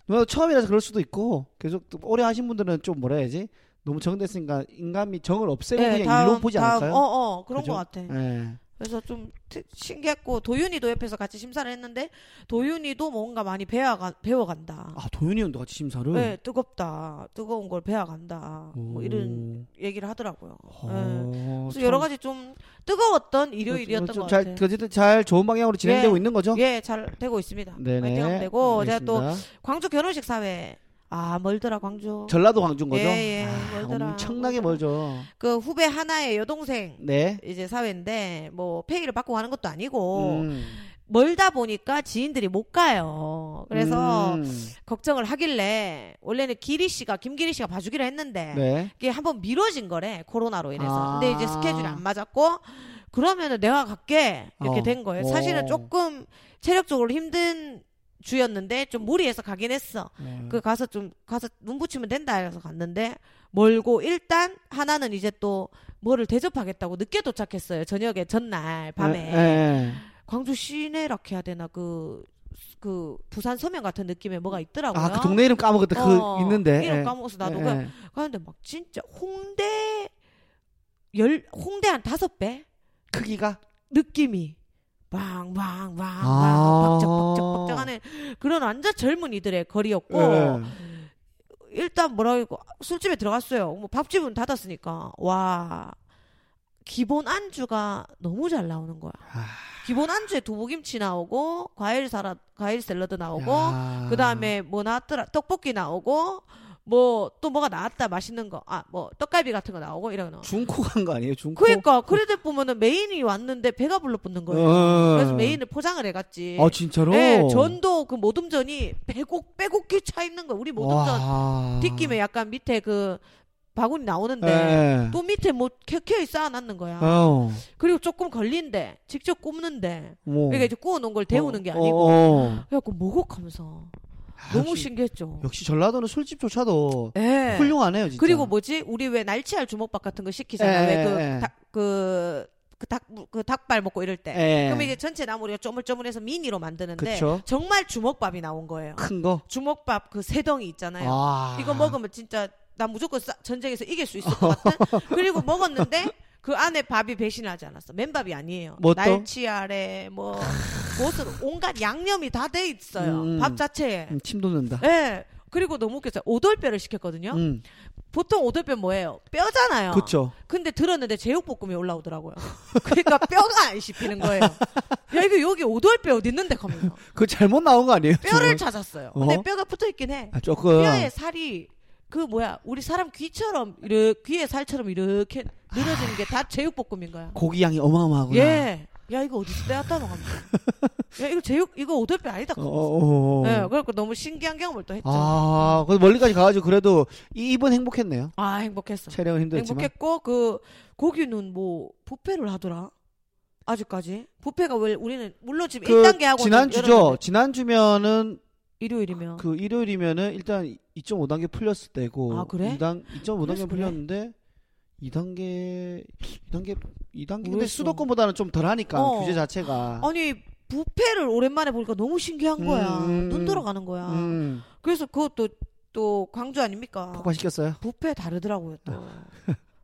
누나도 처음이라서 그럴 수도 있고 계속 또 오래 하신 분들은 좀 뭐라 해야지 너무 정됐으니까 인간이 정을 없애고
네,
그냥 일로 보지 않을까요?
어, 어, 그런
그죠?
것 같아.
예.
그래서 좀 트- 신기했고 도윤이도 옆에서 같이 심사를 했는데 도윤이도 뭔가 많이 배워가, 배워간다.
아 도윤이 형도 같이 심사를.
네, 뜨겁다. 뜨거운 걸 배워간다. 뭐 이런 얘기를 하더라고요.
오.
네.
어,
그래서
참.
여러 가지 좀 뜨거웠던 일요일이었던
좀
것
그렇죠. 잘,
같아요.
어쨌든 잘 좋은 방향으로 진행되고 있는 거죠?
예, 잘 되고 있습니다.
네네.
파이팅하면 되고 제가 또
알겠습니다.
광주 결혼식 사회 아 멀더라 광주
전라도 광주인 거죠?
예, 예,
아,
멀더라.
엄청나게
멀더라.
멀죠.
그 후배 하나의 여동생
네.
이제 사회인데 뭐 페이를 받고 가는 것도 아니고
음.
멀다 보니까 지인들이 못 가요 그래서
음.
걱정을 하길래 원래는 기리 씨가 김기리 씨가 봐주기로 했는데
네.
이게 한번 미뤄진 거래 코로나로 인해서
아.
근데 이제 스케줄이 안 맞았고 그러면은 내가 갈게 이렇게
어.
된 거예요 사실은
오.
조금 체력적으로 힘든 주였는데 좀 무리해서 가긴 했어
네.
그 가서 좀 가서 눈 붙이면 된다 해서 갔는데 멀고 일단 하나는 이제 또 뭐를 대접하겠다고 늦게 도착했어요 저녁에 전날 밤에
예, 예.
광주 시내라 해야 되나 그 그 부산 서면 같은 느낌의 뭐가 있더라고요.
아, 그 동네 이름 까먹었다.
어,
그 있는데.
이름
예.
까먹어서 나도
예,
그냥
예.
가는데 막 진짜 홍대 열 홍대 한 다섯 배그
크기가
느낌이 빵빵빵
아.
박짝 박짝 박짝하는 그런 완전 젊은이들의 거리였고
예.
일단 뭐라 고 술집에 들어갔어요. 뭐 밥집은 닫았으니까 와 기본 안주가 너무 잘 나오는 거야.
아,
기본 안주에 두부김치 나오고 과일 사라 과일 샐러드 나오고
아, 야.
그 다음에 뭐 나왔더라 떡볶이 나오고 뭐 또 뭐가 나왔다 맛있는 거 아 뭐 떡갈비 같은 거 나오고 이런 거.
중코 간 거 아니에요? 중코.
그러니까 크레딧 보면은 메인이 왔는데 배가 불러 붙는 거예요.
어.
그래서 메인을 포장을 해갔지.
아, 진짜로?
네, 전도 그 모둠전이 빼곡 빼곡히 차 있는 거. 우리 모둠전
와.
뒷김에 약간 밑에 그 바구니 나오는데
예.
또 밑에 뭐 캐캐이 쌓아놨는 거야.
어.
그리고 조금 걸린데 직접 굽는데
뭐.
그러니까 이제 구워놓은 걸 데우는 게
어,
아니고
어, 어.
그래갖고 목욕하면서
아,
너무
역시-
신기했죠.
역시 전라도는 술집조차도
예.
훌륭하네요, 진짜.
그리고 뭐지 우리 왜 날치알 주먹밥 같은 거 시키잖아. 그
예, 예.
왜그닭그그 닭, 그 닭발 먹고 이럴 때.
예.
그러면 이제 전체 나물이가 쪼물쪼물해서 미니로 만드는데
그쵸.
정말 주먹밥이 나온 거예요.
큰 거.
주먹밥 그 세 덩이 있잖아요.
아.
이거 먹으면 진짜 나 무조건 싸- 전쟁에서 이길 수 있을 것 같은 그리고 먹었는데 그 안에 밥이 배신하지 않았어 맨밥이 아니에요
뭐 또?
날치알에 뭐 곳은 온갖 양념이 다 돼 있어요.
음.
밥 자체에.
음, 침 돋는다.
예. 그리고 너무 웃겼어요. 오돌뼈를 시켰거든요.
음,
보통 오돌뼈 뭐예요? 뼈잖아요.
그쵸.
근데 들었는데 제육볶음이 올라오더라고요. 그러니까 뼈가 안 씹히는 거예요. 야 이거 여기 오돌뼈 어디 있는데 가면서
그거 잘못 나온 거 아니에요?
뼈를
지금?
찾았어요. 근데
어허.
뼈가 붙어 있긴 해.
아, 조금.
뼈에 살이 그 뭐야 우리 사람 귀처럼 이렇게 귀에 살처럼 이렇게 늘어지는 게 다 제육볶음인 거야.
고기 양이 어마어마하구나.
예. 야 이거 어디서 빼왔다 먹었냐. 야 이거 제육 이거 오돌뼈 아니다.
어, 어, 어.
예. 그래갖고 너무 신기한 경험을 또 했죠. 아,
아, 그래서 멀리까지 가가지고 그래도 이, 이분 행복했네요.
아, 행복했어.
촬영은 힘들었지만.
그렇죠. 행복했고 그 고기는 뭐 부페를 하더라. 아직까지 부페가 왜 우리는 물론 지금
그
1단계 하고
지난주죠. 지난주면은
일요일이면
그 일요일이면은 일단 2.5단계 풀렸을 때고
아, 그래?
2단 2.5단계
그래서 그래?
풀렸는데 2단계 2단계 2단계 근데
모르겠어.
수도권보다는 좀 덜하니까
어.
규제 자체가
아니 부페를 오랜만에 보니까 너무 신기한 거야.
음,
눈
음.
돌아가는 거야.
음,
그래서 그것도 또 광주 아닙니까?
폭발시켰어요. 아.
뷔페 다르더라고요 또.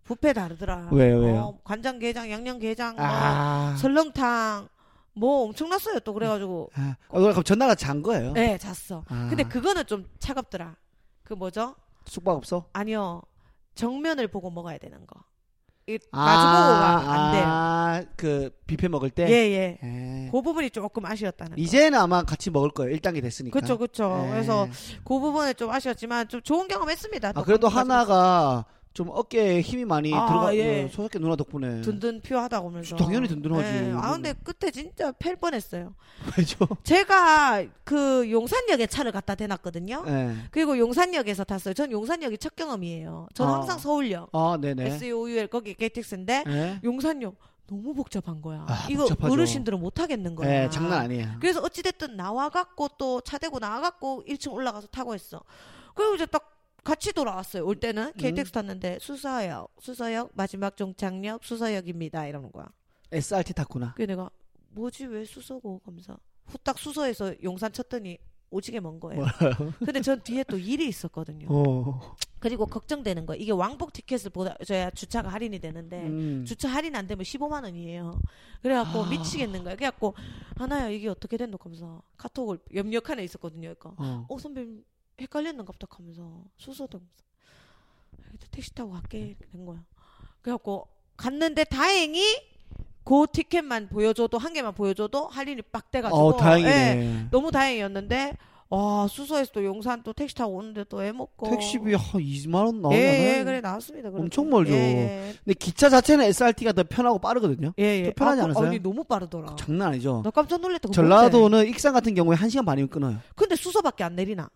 뷔페 다르더라.
왜요, 왜요?
어, 간장게장, 양념게장, 뭐
아.
설렁탕 뭐 엄청났어요 또 그래가지고
아, 어, 그럼 전나가 잔 거예요.
네 잤어.
아.
근데 그거는 좀 차갑더라. 그 뭐죠?
숙박 없어?
아니요 정면을 보고 먹어야 되는 거. 이 마주보고 가면 안 돼요.
아, 그 뷔페 먹을 때.
예예.
예.
그 부분이 조금 아쉬웠다는 거.
이제는 아마 같이 먹을 거예요. 1단계 됐으니까.
그쵸 그쵸.
예.
그래서 그 부분에 좀 아쉬웠지만 좀 좋은 경험했습니다.
아
또
그래도
광주 가서
하나가 좀 어깨에 힘이 많이
아,
들어가
예.
소속해 누나 덕분에
든든 필요하다고 하면서
당연히 든든하지.
예. 아 근데 그때 진짜 팰 뻔했어요.
왜죠?
제가 그 용산역에 차를 갖다 대놨거든요.
예.
그리고 용산역에서 탔어요. 전 용산역이 첫 경험이에요. 저는
아.
항상 서울역,
아 네네.
SUUL 거기 KTX인데
예.
용산역 너무 복잡한 거야.
아,
이거
복잡하죠.
어르신들은 못 하겠는 거야.
예, 장난 아니에요.
그래서 어찌됐든 나와갖고 또 차 대고 나와갖고 1층 올라가서 타고 했어. 그리고 이제 딱 같이 돌아왔어요. 올 때는
음.
KTX 탔는데 수서역, 수서역 마지막 종착역 수서역입니다. 이러는 거야.
SRT 탔구나.
그게 내가 뭐지 왜 수서고 검사 후딱 수서에서 용산 쳤더니 오지게 먼 거예요. 근데 전 뒤에 또 일이 있었거든요.
어.
그리고 걱정되는 거예요. 이게 왕복 티켓을 보다줘야 주차가 할인이 되는데
음.
네. 주차 할인 안 되면 15만 원이에요. 그래갖고
아.
미치겠는 거예요. 그래갖고 하나야 이게 어떻게 된노 검사 카톡을 염력칸에 있었거든요. 그러니까
어.
어 선배님 헷갈렸는가 보다 하면서 수소도 하면서 일단 택시 타고 갈게 된 거야 그래갖고 갔는데 다행히 그 티켓만 보여줘도 한 개만 보여줘도 할인이 빡 돼가지고
어,
예,
다행이네.
너무 다행이었는데 와 수소에서 또 용산 또 택시 타고 오는데 또 애 먹고
택시비 한 2만 원
예,
나오잖아요.
예, 그래 나왔습니다 그래도.
엄청 멀죠.
예,
근데 기차 자체는 SRT가 더 편하고 빠르거든요.
예. 예, 예.
또 편하지
아, 그-
않으세요?
아니 너무 빠르더라
장난 아니죠.
나 깜짝 놀랐다 그거 뭔데?
전라도는 익산 같은 경우에 1시간 반이면 끊어요.
근데 수소밖에 안 내리나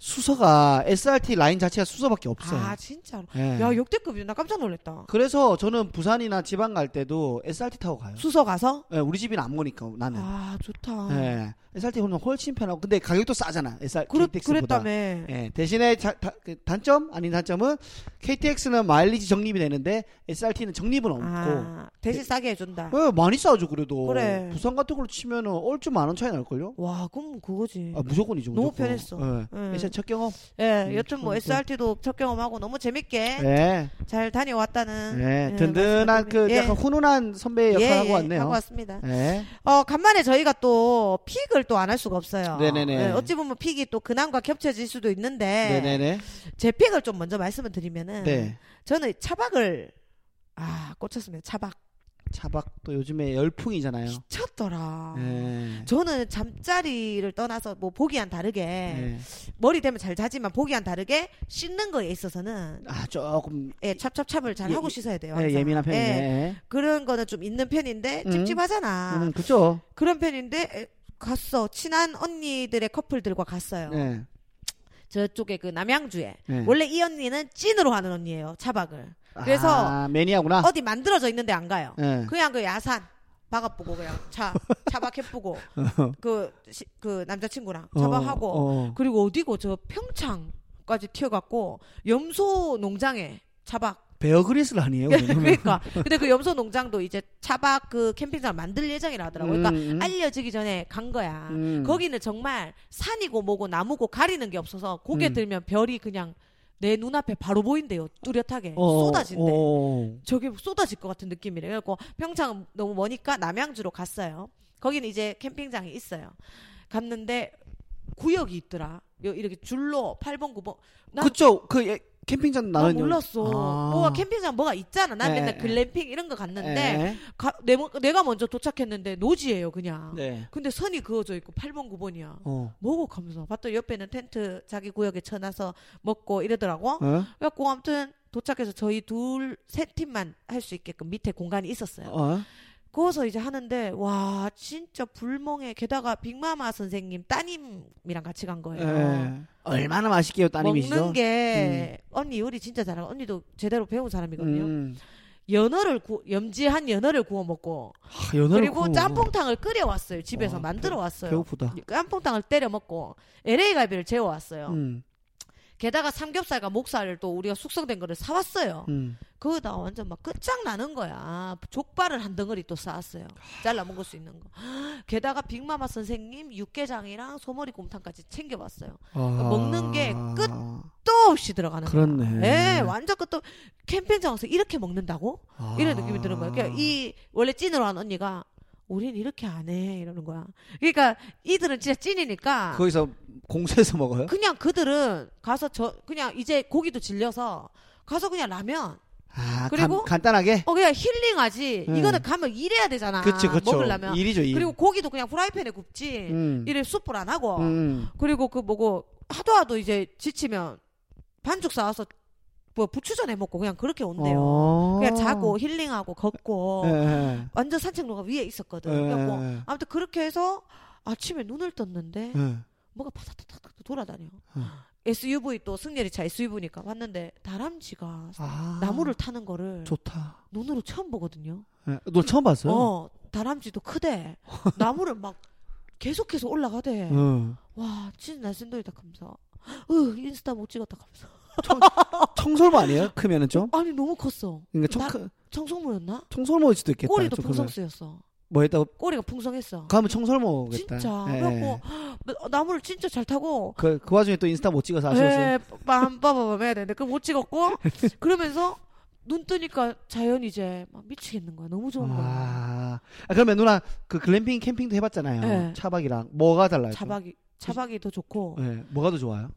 수서가 SRT 라인 자체가 수서밖에 없어요.
아 진짜로
예.
야 역대급이야 나 깜짝 놀랐다
그래서 저는 부산이나 지방 갈 때도 SRT 타고 가요.
수소 가서
예, 우리 집이는 안 거니까 나는.
아 좋다.
예. SRT 보면 훨씬 편하고 근데 가격도 싸잖아. SRT
그렇
KTX보다.
그랬다며.
예. 대신에 자- 다- 그 단점 아닌 단점은 KTX는 마일리지 적립이 되는데 SRT는 적립은 없고.
아, 대신 싸게 해준다.
예, 많이 싸죠 그래도.
그래.
부산 같은 걸로 치면은 얼추 만 원 차이 날 걸요?
와, 그럼 그거지.
아, 무조건이죠.
음. 너무
무조건.
편했어.
예.
예.
예전 첫 경험.
예,
음,
여튼 뭐
그건 또-
SRT도 첫 경험하고 너무 재밌게
예.
잘 다녀왔다는.
예.
예,
든든한 그
말씀드리면-
약간 훈훈한 선배의 역할
예,
하고
예,
왔네요.
하고 왔습니다.
예.
어, 간만에 저희가 또 픽을 또 안 할 수가 없어요.
네네네.
예, 어찌 보면 픽이 또 근황과 겹쳐질 수도 있는데
네네네.
제 픽을 좀 먼저 말씀을 드리면은
네.
저는 차박을 아 꽂혔습니다. 차박
차박도 요즘에 열풍이잖아요.
미쳤더라.
예.
저는 잠자리를 떠나서 뭐 보기와는 다르게
네.
머리 되면 잘 자지만 보기와는 다르게 씻는 거에 있어서는
아 조금
예, 찹찹찹을 잘
예,
하고
예,
씻어야 돼요.
예,
항상.
예민한
예,
편이네.
그런 거는 좀 있는 편인데
음.
찝찝하잖아.
음, 그죠.
그런 편인데 에, 갔어. 친한 언니들의 커플들과 갔어요.
네.
저쪽에 그 남양주에.
네.
그렇죠. 원래 이 언니는 찐으로 하는 언니예요. 차박을. 그래서
아, 매니아구나.
어디 만들어져 있는데 안 가요.
예.
그냥 그 야산 박아보고 그냥 차 차박해보고 그 시- 그 남자친구랑 차박하고
어, 어.
그리고 어디고 저 평창까지 튀어갔고 염소 농장에 차박
베어 그리스를 아니에요. 그러면?
그러니까 근데 그 염소 농장도 이제 차박 그 캠핑장 만들 예정이라 하더라고 그러니까
음,
알려지기 전에 간 거야
음.
거기는 정말 산이고 뭐고 나무고 가리는 게 없어서 고개
음.
들면 별이 그냥 내 눈앞에 바로 보인대요 뚜렷하게
어,
네, 쏟아진대
어, 어.
저게 쏟아질 것 같은 느낌이래. 그래갖고 평창은 너무 머니까 남양주로 갔어요. 거기는 이제 캠핑장이 있어요. 갔는데 구역이 있더라. 요 이렇게 줄로 8번 9번. 난
그쪽 그 예, 캠핑장
나
나는
몰랐어.
아.
뭐가 캠핑장 뭐가 있잖아. 난
예,
맨날
예.
글램핑 이런 거 갔는데
네.
가- 내, 뭐- 내가 먼저 도착했는데 노지예요, 그냥.
네.
근데 선이 그어져 있고 8번 9번이야.
어.
뭐고 가면서 봤더니 옆에는 텐트 자기 구역에 쳐놔서 먹고 이러더라고.
어?
그래갖고 아무튼 도착해서 저희 둘 세 팀만 할 수 있게끔 밑에 공간이 있었어요.
어?
거기서 이제 하는데 와 진짜 불멍에 게다가 빅마마 선생님 따님이랑 같이 간 거예요.
예. 얼마나 맛있게요, 따님이시죠?
먹는 게 언니 요리 진짜 잘하고 언니도 제대로 배운 사람이거든요.
음.
연어를 구, 염지한 연어를 구워 먹고
하, 아, 연어를
그리고
구워.
짬뽕탕을 끓여 왔어요. 집에서
와,
만들어 왔어요.
배고프다.
짬뽕탕을 때려 먹고 LA 갈비를 재워 왔어요.
음.
게다가 삼겹살과 목살을 또 우리가 숙성된 거를 사 왔어요.
음.
그거다 완전 막 끝장나는 거야. 족발을 한 덩어리 또 쌓았어요. 잘라 먹을 수 있는 거. 게다가 빅마마 선생님 육개장이랑 소머리 곰탕까지 챙겨왔어요. 그 먹는 게 끝. 또 없이 들어가는 거야.
아. 그렇네.
예, 완전 끝도 캠핑장 와서 이렇게 먹는다고?
아.
이런 느낌이 드는 거야. 그러니까 이 원래 찐으로 한 언니가 우린 이렇게 안 해. 이러는 거야. 그러니까 이들은 진짜 찐이니까
거기서 공수해서 먹어요?
그냥 그들은 가서 저 그냥 이제 고기도 질려서 가서 그냥 라면
아,
그리고-
간, 간단하게.
어 그냥 힐링하지.
네.
이거는 가면 일해야 되잖아.
그치, 그쵸.
먹으려면.
일이죠, 일.
그리고 고기도 그냥 프라이팬에 굽지.
음.
이래 숯불 안 하고.
음.
그리고 그 뭐고 하도 하도 이제 지치면 반죽 싸와서 뭐 부추전 해 먹고 그냥 그렇게 온대요.
어.
그냥 자고 힐링하고 걷고
예, 예.
완전 산책로가 위에 있었거든.
예,
그래갖고
예.
아무튼 그렇게 해서 아침에 눈을 떴는데
예.
뭐가 바닥닥닥 돌아다녀.
어.
SUV 또 승렬이차 SUV니까 왔는데 다람쥐가
아,
나무를 타는 거를
좋다.
눈으로 처음 보거든요.
예. 너 처음 봤어요?
어, 다람쥐도 크대. 나무를 막 계속해서 올라가대.
응.
와, 진짜 날씬돌이다 감사. 으, 인스타 못 찍었다 감사.
청설모 아니에요? 크면은 좀?
아니 너무 컸어.
그러니까 청,
나-
크-
청성모였나?
청설모일 수도 있겠다.
꼬리도
좀 크면.
풍성수였어.
뭐 했다고?
꼬리가 풍성했어.
가면 청설모겠다.
진짜.
예.
그래갖고 헉, 나무를 진짜 잘 타고.
그, 그 와중에 또 인스타 못 찍어서 아쉬웠어요.
에, 빰빠바밤 해야 되는데 그걸 못 찍었고 그러면서 눈 뜨니까 자연 이제 막 미치겠는 거야. 너무 좋은 거야.
아, 아, 그러면 누나 그 글램핑 캠핑도 해봤잖아요.
네.
차박이랑 뭐가 달라요? 좀?
차박이 차박이 더 좋고.
네, 뭐가 더 좋아요?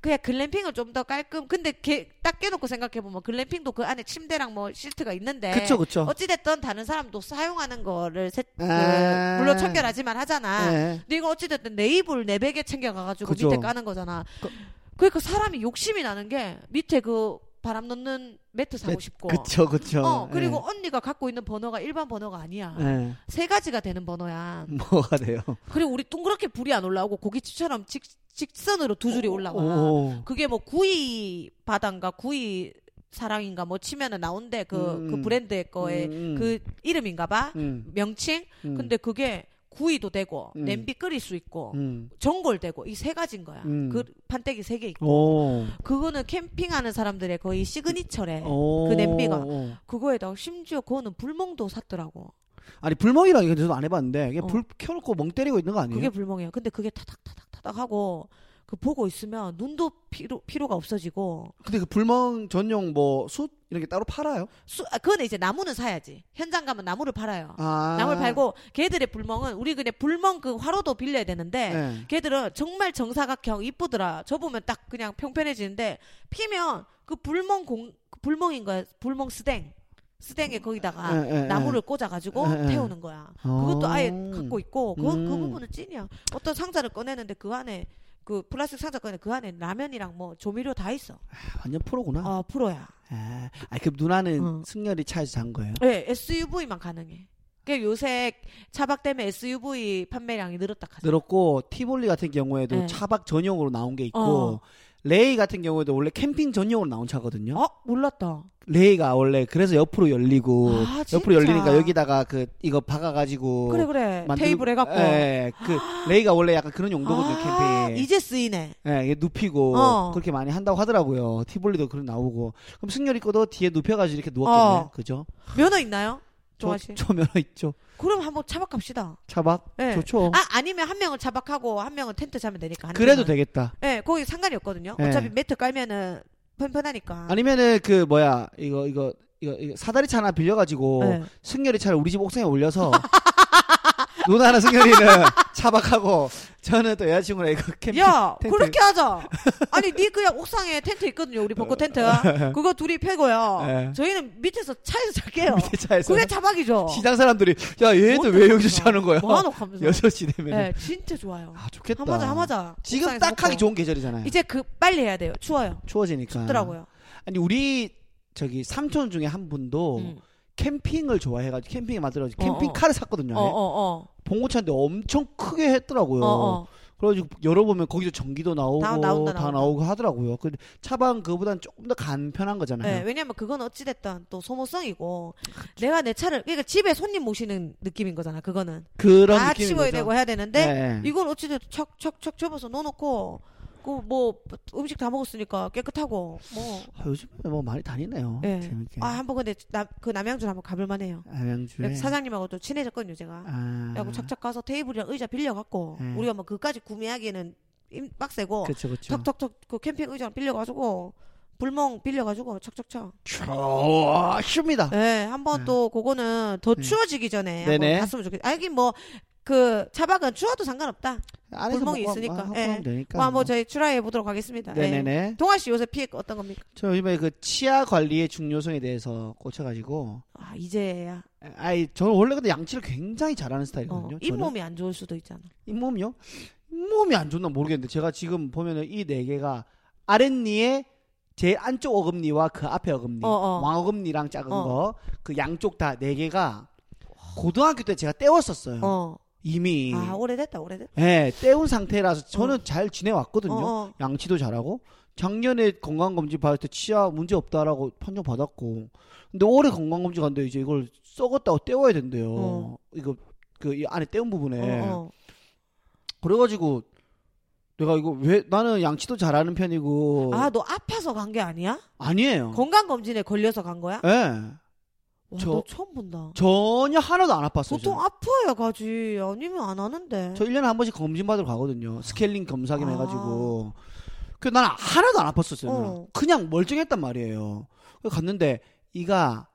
그냥 글램핑은 좀 더 깔끔. 근데 개- 딱 깨놓고 생각해보면 글램핑도 그 안에 침대랑 뭐 시트가 있는데.
그쵸 그쵸.
어찌됐든 다른 사람도 사용하는 거를 세- 그,
아.
물론 청결하지만 하잖아.
네.
근데 이거 어찌됐든 내 이불 내 베개 챙겨가가지고
그죠.
밑에 까는 거잖아.
그-
그러니까 사람이 욕심이 나는 게 밑에 그 바람 넣는 매트 사고
매-
싶고.
네, 그쵸 그쵸.
어, 그리고 언니가 갖고 있는 번호가 일반 번호가 아니야.
네. 네.
세 가지가 되는 번호야.
뭐가 돼요?
그리고 우리 동그랗게 불이 안 올라오고 고깃집처럼 직, 직선으로 두 줄이 올라와.
오.
그게 뭐 구이 바단가 구이 사랑인가 뭐 치면은 나온대 그 그
음.
브랜드의 거에
음,
그 이름인가 봐
음,
명칭
음,
근데 그게 구이도 되고
음.
냄비 끓일 수 있고
음.
전골되고 이 세 가지인 거야
음.
그 판때기 세 개 있고
오.
그거는 캠핑하는 사람들의 거의 시그니처래
오.
그 냄비가.
오.
그거에다가 심지어 그거는 불멍도 샀더라고
아니 불멍이라는 건 저도 안 해봤는데 이게
어.
불 켜놓고 멍 때리고 있는 거 아니에요?
그게 불멍이야 근데 그게 타닥타닥타닥 하고 그 보고 있으면 눈도 피로, 피로가 없어지고
근데 그 불멍 전용 뭐숯 이런 게 따로 팔아요?
수, 아, 그건 이제 나무는 사야지 현장 가면 나무를 팔아요
아.
나물 팔고 걔들의 불멍은 우리 그냥 불멍 그 화로도 빌려야 되는데
네.
걔들은 정말 정사각형 이쁘더라. 저 보면 딱 그냥 평평해지는데 피면 그 불멍 공 그 불멍인 거야. 불멍 스댕 스댕에 거기다가
예, 예, 예.
아, 나무를 꽂아가지고
예, 예.
태우는 거야.
어.
그것도 아예 갖고 있고 그, 그
음.
부분은 찐이야. 어떤 상자를 꺼내는데 그 안에 그 플라스틱 상자 꺼내 그 안에 라면이랑 뭐 조미료 다 있어.
아, 완전 프로구나.
어 프로야.
아, 아니, 그 누나는
어.
승열이 차에서 잔 거예요.
네, SUV만 가능해. 그 요새 차박 때문에 SUV 판매량이 늘었다 카잖아.
늘었고 티볼리 같은 경우에도
네.
차박 전용으로 나온 게 있고
어.
레이 같은 경우에도 원래 캠핑 전용으로 나온 차거든요.
어 몰랐다.
레이가 원래 그래서 옆으로 열리고
아,
뭐 옆으로
진짜?
열리니까 여기다가 그 이거 박아가지고
그래 그래
만들고-
테이블 해갖고
예, 그 레이가 원래 약간 그런 용도거든요
아,
캠핑.
이제 쓰이네.
예, 이게 눕히고
어.
그렇게 많이 한다고 하더라고요. 티볼리도 그런 나오고 그럼 승열이 거도 뒤에 눕혀가지고 이렇게 누웠겠네,
어.
그죠?
면허 있나요?
저,
종아 씨.
저 면허 있죠.
그럼 한번 차박합시다.
차박
예.
좋죠.
아 아니면 한 명은 차박하고 한 명은 텐트 자면 되니까. 한
그래도
명은.
되겠다.
예, 거기 상관이 없거든요.
예.
어차피 매트 깔면은 편편하니까.
아니면은 그 뭐야 이거 이거 뭐 이거, 이거 사다리 차 하나 빌려가지고
예.
승열이 차를 우리 집 옥상에 올려서 누나나 승현이는 차박하고 저는 또 여자친구랑 이거 캠핑
야
텐트.
그렇게 하자. 아니 니 그냥 옥상에 텐트 있거든요. 우리 벚꽃 텐트. 그거 둘이 패고요.
어. 예.
저희는 밑에서 차에서 잘게요.
밑에 차에서
그게 자박이죠.
시장 사람들이 야 얘도 왜 여기서 자는 거야?
뭐하노 하면서.
여섯 시 되면
네, 진짜 좋아요.
아 좋겠다.
하마자 하마자.
지금
옥상에서
딱 하기
먹고.
좋은 계절이잖아요. 아,
이제 그 빨리 해야 돼요. 추워요.
추워지니까.
춥더라고요.
아니 우리 저기 삼촌 중에 한 분도
음.
캠핑을 좋아해가지고 캠핑에 만들어가지고
어,
캠핑
어.
카를 샀거든요.
어, 어,
봉고차인데 엄청 크게 했더라고요.
어. 어, 어.
그래가지고 열어보면 거기서 전기도 나오고
다
다,
나온다, 나온다.
나오고 하더라고요. 근데 차방 그보다는 조금 더 간편한
네,
거잖아요.
왜냐면 그건 어찌됐든 또 소모성이고 내가 내 차를 그러니까 집에 손님 모시는 느낌인 거잖아. 그거는
그런
다
느낌인
치워야
거죠.
되고 해야 되는데
네.
이건 어찌됐든 척척척 접어서 넣어놓고 그 뭐 음식 다 먹었으니까 깨끗하고 뭐
아, 요즘에 뭐 많이 다니네요.
네.
재밌게. 아,
아, 한번 근데 남, 그 남양주 한번 가볼만 해요.
양주에
사장님하고 또 친해졌거든요, 제가.
아,
그래갖고 착착 가서 테이블이랑 의자 빌려갖고,
네.
우리가 뭐 그까지 구매하기에는 힘 빡세고,
그렇죠, 그렇죠.
턱턱턱 그 캠핑 의자랑 빌려가지고, 불멍 빌려가지고, 착착착.
좋습니다.
네, 한번
네.
또 그거는 더
네.
추워지기 전에
네네.
한번 갔으면 좋겠다. 아, 여긴 뭐, 그 차박은 추워도 상관없다.
안에서
골목이
먹고
있으니까.
하고
예.
하면 되니까.
뭐 한번 저희 출하해 보도록 하겠습니다. 네.
네네네.
동아 씨 요새 피해 어떤 겁니까?
저 요즘에 그 치아 관리의 중요성에 대해서 꽂혀가지고
아, 이제야.
아이 저는 원래 근데 양치를 굉장히 잘하는
어,
스타일이거든요. 저는.
잇몸이 안 좋을 수도 있잖아.
잇몸이요? 잇몸이 안 좋나 모르겠는데 제가 지금 보면은 이 네 개가 아랫니에 제일 안쪽 어금니와 그 앞에 어금니,
어, 어.
왕어금니랑 작은
어.
거 그 양쪽 다 네 개가 고등학교 때 제가 떼웠었어요.
어.
음. 이미
아, 오래됐다, 오래됐다.
예, 떼운 상태라서 저는 잘 지내왔거든요.
어, 어.
양치도 잘하고 작년에 건강검진 받을 때 치아 문제 없다라고 판정 받았고 근데 올해 건강검진 갔는데 이제 이걸 썩었다고 떼워야 된대요
어.
이거 그 이 안에 떼운 부분에
어, 어.
그래가지고 내가 이거 왜 나는 양치도 잘하는 편이고
아, 너 아파서 간 게 아니야?
니에요
건강검진에 걸려서 간 거야?
예
와,
저-
너 처음 본다.
전혀 하나도 안 아팠어요
보통 아파야 가지. 아니면 안 하는데.
저는. 저 1년에 한 번씩 검진 받으러
아.
가거든요 스케일링 검사기만 해가지고 그 나는 하나도 안 아팠었어요
어.
누나. 그냥 멀쩡했단 말이에요 그래서 갔는데 이가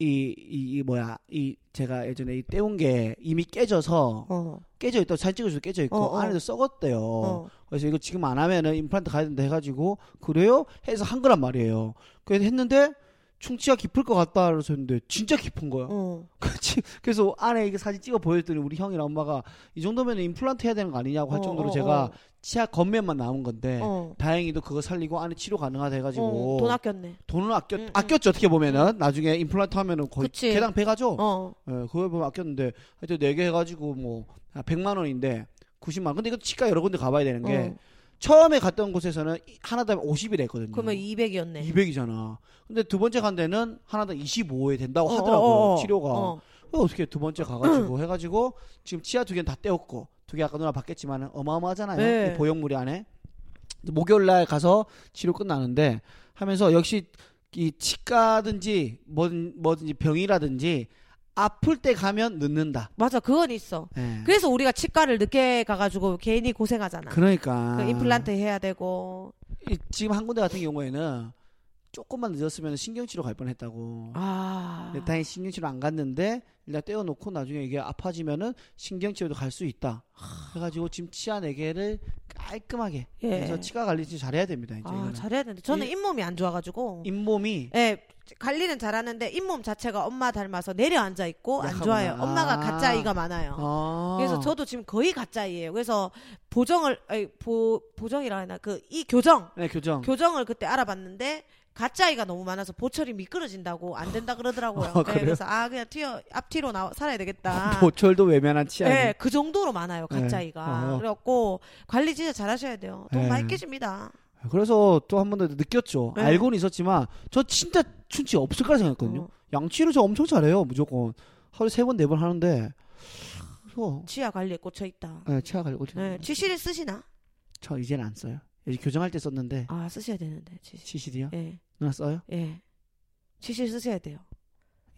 이, 이, 이 뭐야 이 제가 예전에 이 떼운 게 이미 깨져서
어,
깨져 있다 사진 찍어서 깨져 있고
어, 어.
안에도 썩었대요
어.
그래서 이거 지금 안 하면은 임플란트 가야 된다 해가지고 그래요 해서 한 거란 말이에요 그래서 했는데 충치가 깊을 것 같다 그래서 했는데 진짜 깊은 거야
어.
그치. 그래서 안에 이게 사진 찍어 보여줬더니 우리 형이랑 엄마가 이 정도면 임플란트 해야 되는 거 아니냐고 할
어,
정도로
어,
제가
어.
치아 겉면만 남은 건데
어.
다행히도 그거 살리고 안에 치료 가능하다 해가지고
어, 돈 아꼈네.
돈을 아꼈
음, 음.
아꼈죠 어떻게 보면은 나중에 임플란트 하면은 거의
그치.
개당 배가죠.
어.
예, 그걸 보면 아꼈는데 하여튼 네 개 해가지고 뭐 100만 원인데 90만 원. 근데 이거 치과 여러 군데 가봐야 되는 게
어.
처음에 갔던 곳에서는 이- 하나당 50이 했거든요.
그러면 200이었네.
음, 200이잖아. 근데 두 번째 간 데는 하나당 25에 된다고
어,
하더라고요.
어, 어, 어.
치료가.
어.
어, 어떻게 두 번째 가가지고 해가지고 지금 치아 두 개는 다 떼었고 두 개 아까 누나 봤겠지만 어마어마하잖아요
네.
이 보형물이 안에 목요일 날 가서 치료 끝나는데 하면서 역시 이 치과든지 뭐든, 뭐든지 병이라든지 아플 때 가면 늦는다
맞아, 그건 있어.
예.
그래서 우리가 치과를 늦게 가가지고 괜히 고생하잖아.
그러니까
그 임플란트 해야 되고.
이- 지금 한 군데 같은 경우에는 조금만 늦었으면 신경치료 갈 뻔했다고
아.
근데 다행히 신경치료 안 갔는데 일단 떼어놓고 나중에 이게 아파지면은 신경치료도 갈 수 있다. 그래가지고 지금 치아 네 개를 깔끔하게
예.
그래서 치과 관리 진짜 잘해야 됩니다. 이제
아,
이거는.
잘해야 되는데. 저는
이-
잇몸이 안 좋아가지고.
잇몸이
예, 관리는 잘하는데 잇몸 자체가 엄마 닮아서 내려앉아 있고 안
약하구나.
좋아요. 엄마가
아.
가짜 아이가 많아요.
아.
그래서 저도 지금 거의 가짜 아이예요. 그래서 보정을 아니, 보 보정이라 해나 그 이 교정
네 교정
교정을 그때 알아봤는데 가짜 아이가 너무 많아서 보철이 미끄러진다고 안 된다 그러더라고요.
아, 그래요?
그래서 아 그냥 튀어 앞뒤로 나 살아야 되겠다.
보철도 외면한 치아.
네, 그 정도로 많아요 가짜
네.
아이가.
어.
그래갖고 관리 진짜 잘하셔야 돼요. 돈
네.
많이 깨집니다.
그래서 또 한 번 더 느꼈죠.
네.
알고는 있었지만 저 진짜 충치 없을 거라 생각했거든요.
어,
양치를 저 엄청 잘해요 무조건 하루에 세 번 네 번 하는데 그래서
치아 관리에 꽂혀 있다.
네, 치아 관리
네,
네.
치실을 쓰시나?
저 이제는 안 써요. 이제 교정할 때 썼는데
아 쓰셔야 되는데 치실.
치실이요?
예,
누나 써요?
예. 치실 쓰셔야 돼요.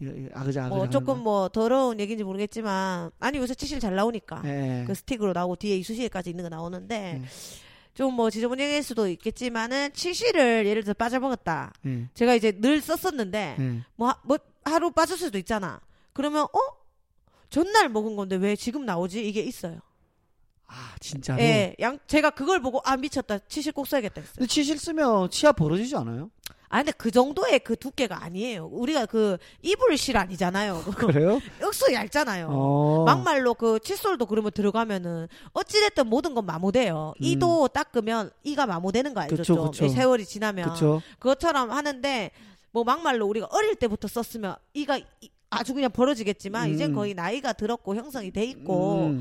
이거, 이거 아그자 아그자.
뭐
하는
조금
거.
뭐 더러운 얘기인지 모르겠지만 아니 요새 치실 잘 나오니까
예.
그 스틱으로 나오고 뒤에 이쑤시개까지 있는 거 나오는데
음.
좀 뭐 지저분할 수도 있겠지만은 치실을 예를 들어 빠져먹었다.
예.
제가 이제 늘 썼었는데
예.
뭐, 하, 뭐 하루 빠질 수도 있잖아. 그러면 어? 전날 먹은 건데 왜 지금 나오지? 이게 있어요.
아 진짜로.
예, 양 제가 그걸 보고 아 미쳤다 치실 꼭 써야겠다 했어요.
근데 치실 쓰면 치아 벌어지지 않아요?
아 근데 그 정도의 그 두께가 아니에요. 우리가 그 이불실 아니잖아요.
그래요?
억수 얇잖아요.
어.
막말로 그 칫솔도 그러면 들어가면은 어찌됐든 모든 건 마모돼요.
음.
이도 닦으면 이가 마모되는 거 알죠?
그쵸,
좀.
그쵸.
예, 세월이 지나면
그렇죠.
그것처럼 하는데 뭐 막말로 우리가 어릴 때부터 썼으면 이가 이- 아주 그냥 벌어지겠지만
음.
이제 거의 나이가 들었고 형성이 돼 있고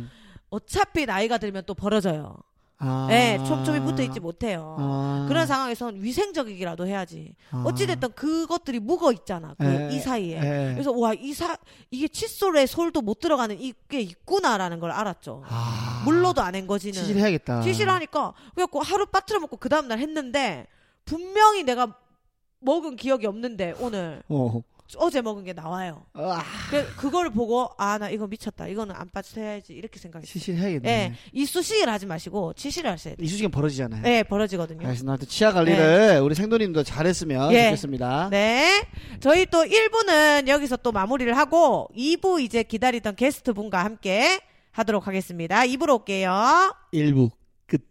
어차피 나이가 들면 또 벌어져요.
아.
예, 촘촘히 붙어 있지 못해요.
아.
그런 상황에선 위생적이기라도 해야지.
아.
어찌됐든 그것들이 묵어 있잖아. 그
예,
이 사이에.
예.
그래서 와 이사 이게 칫솔에 솔도 못 들어가는 이게 있구나라는 걸 알았죠.
아.
물로도 안 한 거지는.
치실 해야겠다. 아.
치실하니까 그래갖고 하루 빠트려 먹고 그 다음 날 했는데 분명히 내가 먹은 기억이 없는데 오늘
어.
어제 먹은 게 나와요.
아,
그 그걸 보고 아 나 이거 미쳤다. 이거는 안 빠트려야지 이렇게 생각했어요.
치실 해야겠네.
예, 이쑤시개를 하지 마시고 치실을 하셔야 돼요.
이쑤시개 벌어지잖아요.
예, 벌어지거든요.
네. 알겠습니다. 아무튼 치아 관리를 우리 생도님도 잘했으면
예.
좋겠습니다.
네. 저희 또 1부는 여기서 또 마무리를 하고 2부 이제 기다리던 게스트 분과 함께 하도록 하겠습니다. 2부로 올게요.
일부 끝.